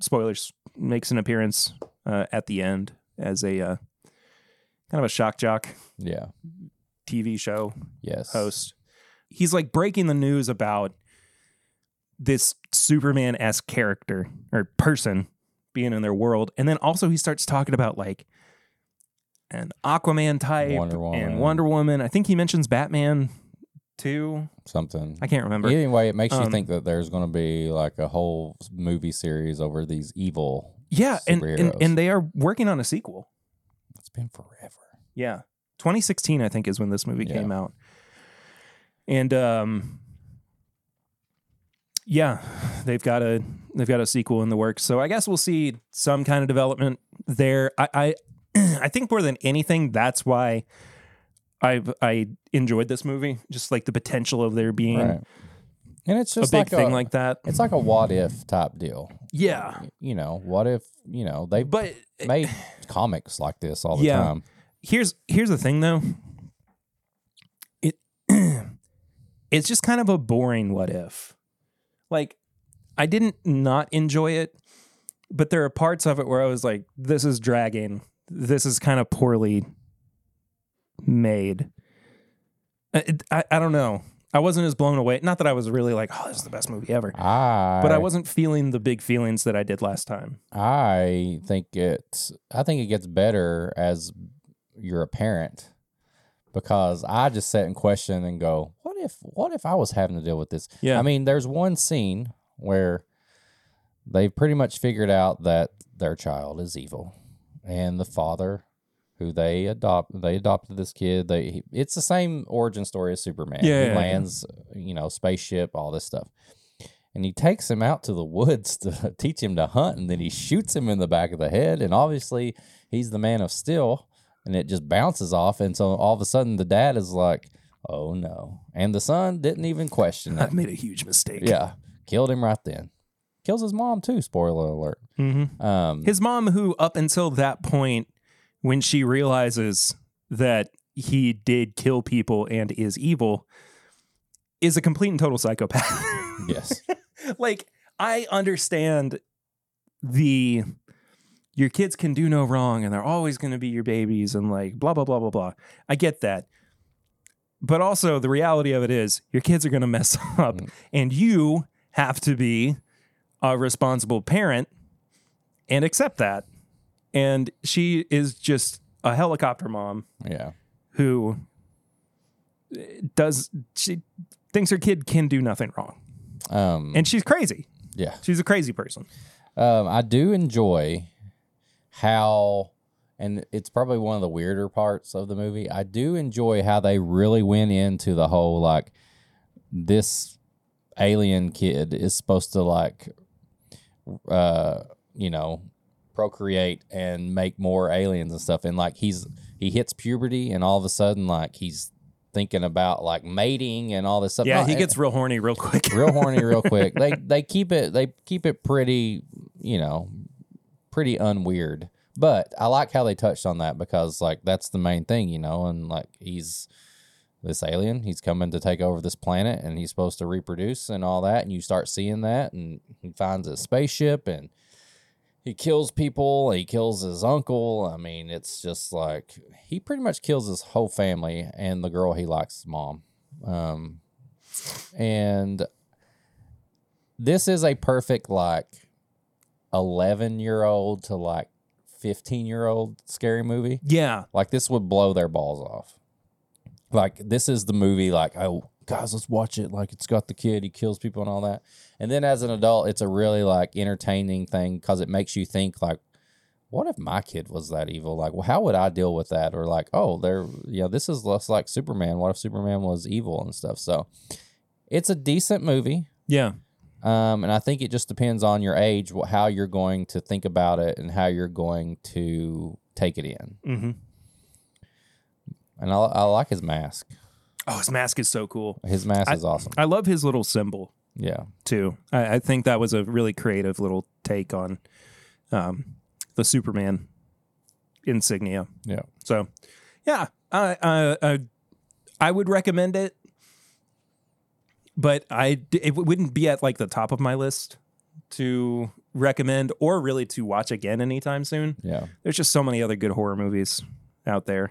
Speaker 1: spoilers, makes an appearance uh, at the end as a uh, kind of a shock jock
Speaker 2: Yeah.
Speaker 1: TV show
Speaker 2: Yes.
Speaker 1: host. He's like breaking the news about this Superman esque character or person being in their world. And then also he starts talking about like an Aquaman type
Speaker 2: Wonder Woman.
Speaker 1: and Wonder Woman. I think he mentions Batman too.
Speaker 2: Something.
Speaker 1: I can't remember.
Speaker 2: Anyway, it makes you
Speaker 1: Um,
Speaker 2: think that there's going to be like a whole movie series over these evil.
Speaker 1: Yeah. And, and,
Speaker 2: Superheroes.
Speaker 1: and they are working on a sequel.
Speaker 2: It's been forever.
Speaker 1: Yeah. 2016, I think, is when this movie
Speaker 2: Yeah.
Speaker 1: came out. And um yeah, they've got a they've got a sequel in the works. So I guess we'll see some kind of development there. I I, I think more than anything, that's why I've I enjoyed this movie. Just like the potential of there being
Speaker 2: Right. And it's
Speaker 1: a
Speaker 2: just
Speaker 1: big
Speaker 2: like
Speaker 1: thing
Speaker 2: a,
Speaker 1: like that.
Speaker 2: it's like a what if type deal.
Speaker 1: Yeah.
Speaker 2: You know, what if you know they
Speaker 1: But
Speaker 2: made comics like this all the
Speaker 1: Yeah.
Speaker 2: time?
Speaker 1: here's here's the thing though. It it's just kind of a boring what if. Like I didn't not enjoy it, but there are parts of it where I was like, this is dragging. This is kind of poorly made. I, it- I, I don't know. I wasn't as blown away. Not that I was really like, oh, this is the best movie ever.
Speaker 2: I
Speaker 1: But I wasn't feeling the big feelings that I did last time.
Speaker 2: I think it's I think it gets better as you're a parent because I just sit and question and go, what if what if I was having to deal with this?
Speaker 1: Yeah.
Speaker 2: I mean, there's one scene where they've pretty much figured out that their child is evil, and the father, who they adopt, they adopted this kid. They he- it's the same origin story as Superman.
Speaker 1: Yeah,
Speaker 2: he
Speaker 1: yeah, yeah.
Speaker 2: lands, you know, spaceship, all this stuff, and he takes him out to the woods to teach him to hunt, and then he shoots him in the back of the head, and obviously he's the man of steel. And it just bounces off, and so all of a sudden the dad is like, "Oh no!" And the son didn't even question it.
Speaker 1: I've made a huge mistake.
Speaker 2: Mm. Yeah. Killed him right then. Kills his mom too, spoiler alert.
Speaker 1: Mm-hmm.
Speaker 2: Um
Speaker 1: His mom, who up until that point, when she realizes that he did kill people and is evil, is a complete and total psychopath.
Speaker 2: Yes.
Speaker 1: like, I understand the your kids can do no wrong and they're always going to be your babies and like blah, blah, blah, blah, blah. I get that. But also, the reality of it is your kids are going to mess up
Speaker 2: Mm.
Speaker 1: and you have to be a responsible parent and accept that. And she is just a helicopter mom
Speaker 2: Yeah.
Speaker 1: who eh, does, she thinks her kid can do nothing wrong.
Speaker 2: Um
Speaker 1: And she's crazy.
Speaker 2: yeah.
Speaker 1: She's a crazy person.
Speaker 2: Um I do enjoy how and it's probably one of the weirder parts of the movie. I do enjoy how they really went into the whole like this alien kid is supposed to like uh you know procreate and make more aliens and stuff and like he's he hits puberty and all of a sudden like he's thinking about like mating and all this stuff
Speaker 1: Yeah,
Speaker 2: No,
Speaker 1: he
Speaker 2: it-
Speaker 1: gets real horny real quick.
Speaker 2: real horny real quick they they keep it they keep it pretty you know pretty unweird but i like how they touched on that because like that's the main thing you know and like he's this alien he's coming to take over this planet and he's supposed to reproduce and all that and you start seeing that and he finds a spaceship and he kills people he kills his uncle i mean it's just like he pretty much kills his whole family and the girl he likes his mom um and this is a perfect like 11 year old to like 15 year old scary movie
Speaker 1: yeah.
Speaker 2: like this would blow their balls off like this is the movie like oh guys let's watch it like it's got the kid he kills people and all that and then as an adult it's a really like entertaining thing because it makes you think like what if my kid was that evil like well how would i deal with that or like oh they're yeah this is less like superman what if superman was evil and stuff so it's a decent movie
Speaker 1: Yeah.
Speaker 2: um, and I think it just depends on your age, wh- how you're going to think about it and how you're going to take it in.
Speaker 1: hmm
Speaker 2: And I, I like his mask.
Speaker 1: Oh, his mask is so cool.
Speaker 2: His mask is awesome.
Speaker 1: I love his little symbol
Speaker 2: Yeah.
Speaker 1: too. I, I think that was a really creative little take on um, the Superman insignia.
Speaker 2: Yeah.
Speaker 1: So, yeah, I I I, I would recommend it, but I it wouldn't be at like the top of my list to recommend or really to watch again anytime soon.
Speaker 2: Yeah.
Speaker 1: There's just so many other good horror movies out there.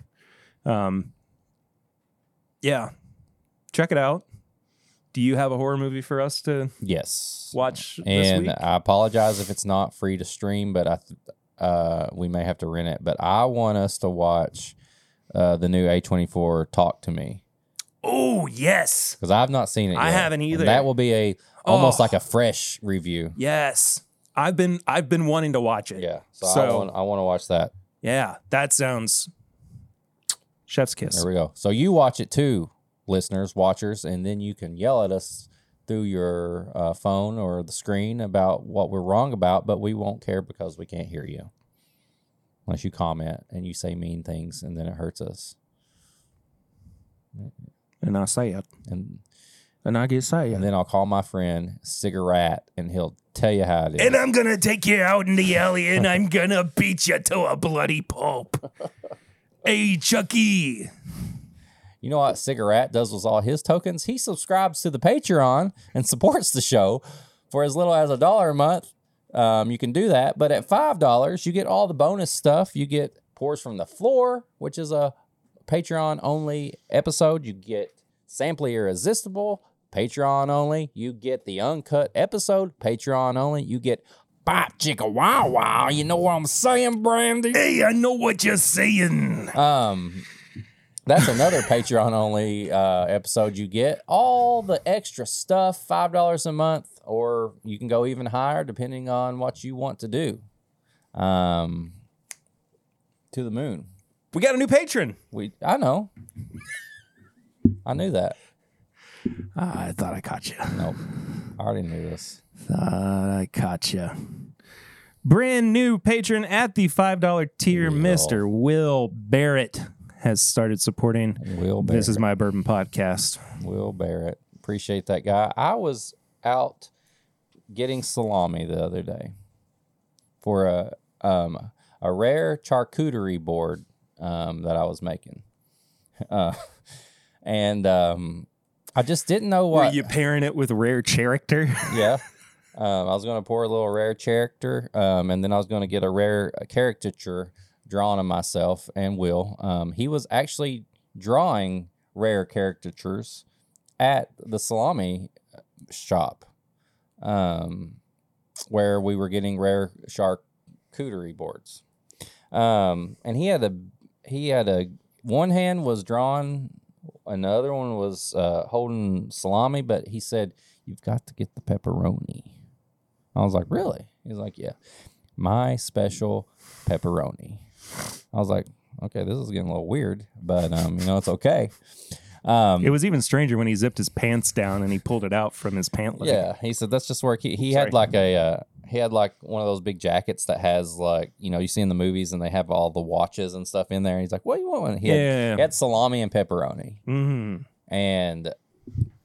Speaker 1: Um, yeah, check it out. Do you have a horror movie for us to
Speaker 2: Yes.
Speaker 1: watch this
Speaker 2: and uh,
Speaker 1: week?
Speaker 2: I apologize if it's not free to stream, but I th- uh, we may have to rent it. But I want us to watch uh, the new A24 Talk to Me
Speaker 1: Oh yes,
Speaker 2: because I've not seen it.
Speaker 1: I
Speaker 2: yet.
Speaker 1: haven't
Speaker 2: And
Speaker 1: either.
Speaker 2: that will be a almost
Speaker 1: Oh.
Speaker 2: like a fresh review.
Speaker 1: yes. I've been I've been wanting to watch it.
Speaker 2: Yeah. So, I
Speaker 1: So-
Speaker 2: want I want to watch that.
Speaker 1: Yeah, that sounds chef's kiss.
Speaker 2: There we go. So you watch it too, listeners, watchers, and then you can yell at us through your uh, phone or the screen about what we're wrong about, but we won't care because we can't hear you. Unless you comment and you say mean things and then it hurts us.
Speaker 1: And I say it.
Speaker 2: And,
Speaker 1: And I get say
Speaker 2: and
Speaker 1: it.
Speaker 2: then I'll call my friend Cigarette and he'll tell you how it is.
Speaker 1: And I'm going to take you out in the alley and I'm going to beat you to a bloody pulp. hey, Chucky.
Speaker 2: You know what Cigarette does with all his tokens? He subscribes to the Patreon and supports the show for as little as a dollar a month. Um, you can do that, but at five dollars, you get all the bonus stuff. You get pours from the floor, which is a Patreon only episode. You get Sample Irresistible, Patreon only. You get the uncut episode, Patreon only. You get Bop Chicka Wow Wow. You know what I'm saying, Brandy?
Speaker 1: Hey, I know what you're saying.
Speaker 2: Um, that's another Patreon only uh, episode. You get all the extra stuff, five dollars a month, or you can go even higher depending on what you want to do. Um, to the moon.
Speaker 1: We got a new patron.
Speaker 2: We, I know. I knew that.
Speaker 1: Ah, I thought I caught you.
Speaker 2: Nope. I already knew this.
Speaker 1: Thought I caught you. Brand new patron at the $5 tier,
Speaker 2: Will.
Speaker 1: Mr. Will Barrett, has started supporting
Speaker 2: Will Barrett.
Speaker 1: This Is My Bourbon podcast.
Speaker 2: Will Barrett. Appreciate that guy. I was out getting salami the other day for a um, a rare charcuterie board um, that I was making, uh, and um, I just didn't know
Speaker 1: Were
Speaker 2: what.
Speaker 1: you pairing it with rare character?
Speaker 2: yeah. Um, I was going to pour a little rare character, um, and then I was going to get a rare caricature drawn of myself and Will. Um, he was actually drawing rare caricatures at the salami shop, um, where we were getting rare charcuterie boards. Um, and he had a he had a one hand was drawn, another one was uh, holding salami, but he said you've got to get the pepperoni. I was like, really? He's like, yeah, my special pepperoni. I was like, okay, this is getting a little weird, but um, you know, it's okay. Um,
Speaker 1: It was even stranger when he zipped his pants down and he pulled it out from his pant leg.
Speaker 2: yeah, he said that's just where he, he
Speaker 1: Sorry.
Speaker 2: had like a uh, he had like one of those big jackets that has like you know you see in the movies and they have all the watches and stuff in there. And he's like, what do you want? one?" He, had,
Speaker 1: Yeah.
Speaker 2: he had salami and pepperoni.
Speaker 1: Mhm.
Speaker 2: And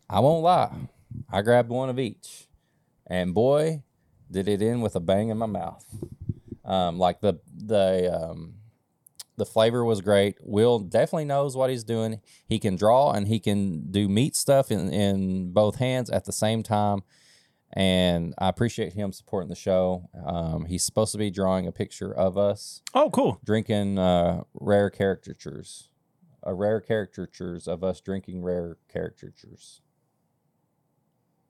Speaker 2: I won't lie, I grabbed one of each. And boy, did it end with a bang in my mouth. Um, like the the um, the flavor was great. Will definitely knows what he's doing. He can draw and he can do meat stuff in, in both hands at the same time. And I appreciate him supporting the show. Um, he's supposed to be drawing a picture of us
Speaker 1: Oh, cool.
Speaker 2: drinking uh, rare caricatures, uh, rare caricatures of us drinking rare caricatures.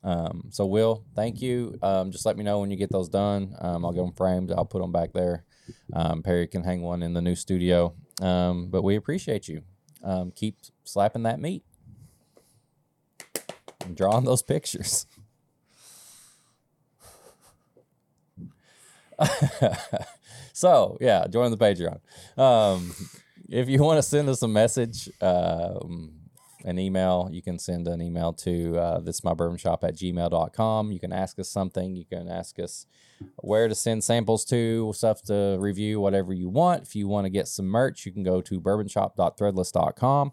Speaker 2: Um, so Will, thank you. Um, just let me know when you get those done. Um, I'll get them framed. I'll put them back there. Um, Perry can hang one in the new studio. Um, but we appreciate you. Um, keep slapping that meat. And drawing those pictures. so yeah, join the Patreon. Um, if you want to send us a message, um, an email, you can send an email to uh, thismybourbonshop at gmail.com. You can ask us something. You can ask us where to send samples to, stuff to review, whatever you want. If you want to get some merch, you can go to bourbonshop.threadless.com.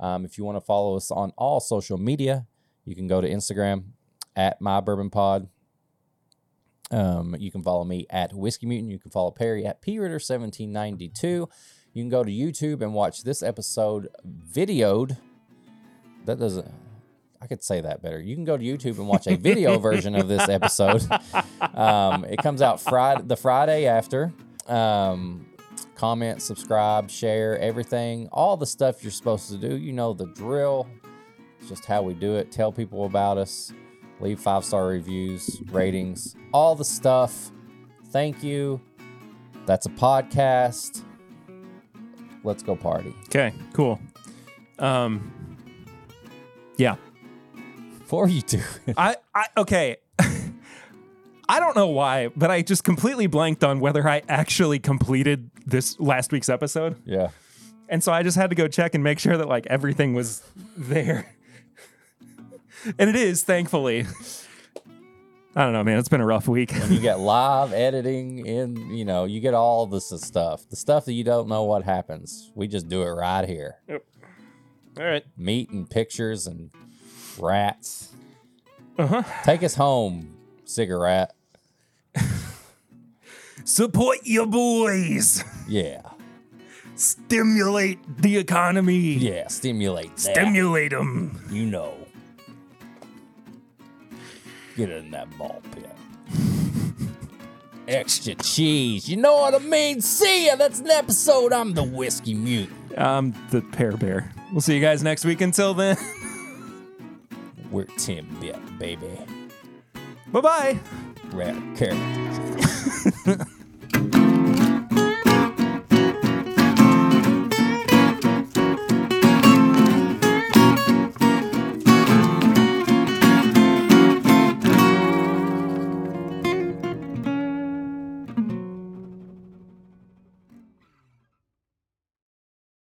Speaker 2: Um, if you want to follow us on all social media, you can go to Instagram at my bourbon pod. Um, you can follow me at Whiskey Mutant. You can follow Perry at PRitter1792. You can go to YouTube and watch this episode videoed. That doesn't. I could say that better. You can go to YouTube and watch a video version of this episode. Um, it comes out Friday, the Friday after. Um, comment, subscribe, share, everything, all the stuff you're supposed to do. You know the drill. It's just how we do it. Tell people about us. Leave five star reviews, ratings, all the stuff. Thank you. That's a podcast. Let's go party.
Speaker 1: Okay, cool. Um, yeah.
Speaker 2: For you do it.
Speaker 1: I, I okay. I don't know why, but I just completely blanked on whether I actually completed this last week's episode.
Speaker 2: yeah.
Speaker 1: And so I just had to go check and make sure that like everything was there. and it is thankfully. I don't know, man. It's been a rough week.
Speaker 2: you get live editing and you know you get all this is stuff the stuff that you don't know what happens we just do it right here
Speaker 1: All right.
Speaker 2: meat and pictures and rats
Speaker 1: Uh huh.
Speaker 2: take us home cigarette
Speaker 1: Support your boys.
Speaker 2: yeah
Speaker 1: Stimulate the economy.
Speaker 2: yeah stimulate that.
Speaker 1: Stimulate them.
Speaker 2: you know get in that ball pit extra cheese you know what i mean see ya that's an episode i'm the whiskey mute
Speaker 1: I'm the Pear Bear. We'll see you guys next week. Until then,
Speaker 2: we're tim bit baby
Speaker 1: bye bye.
Speaker 2: rat carrot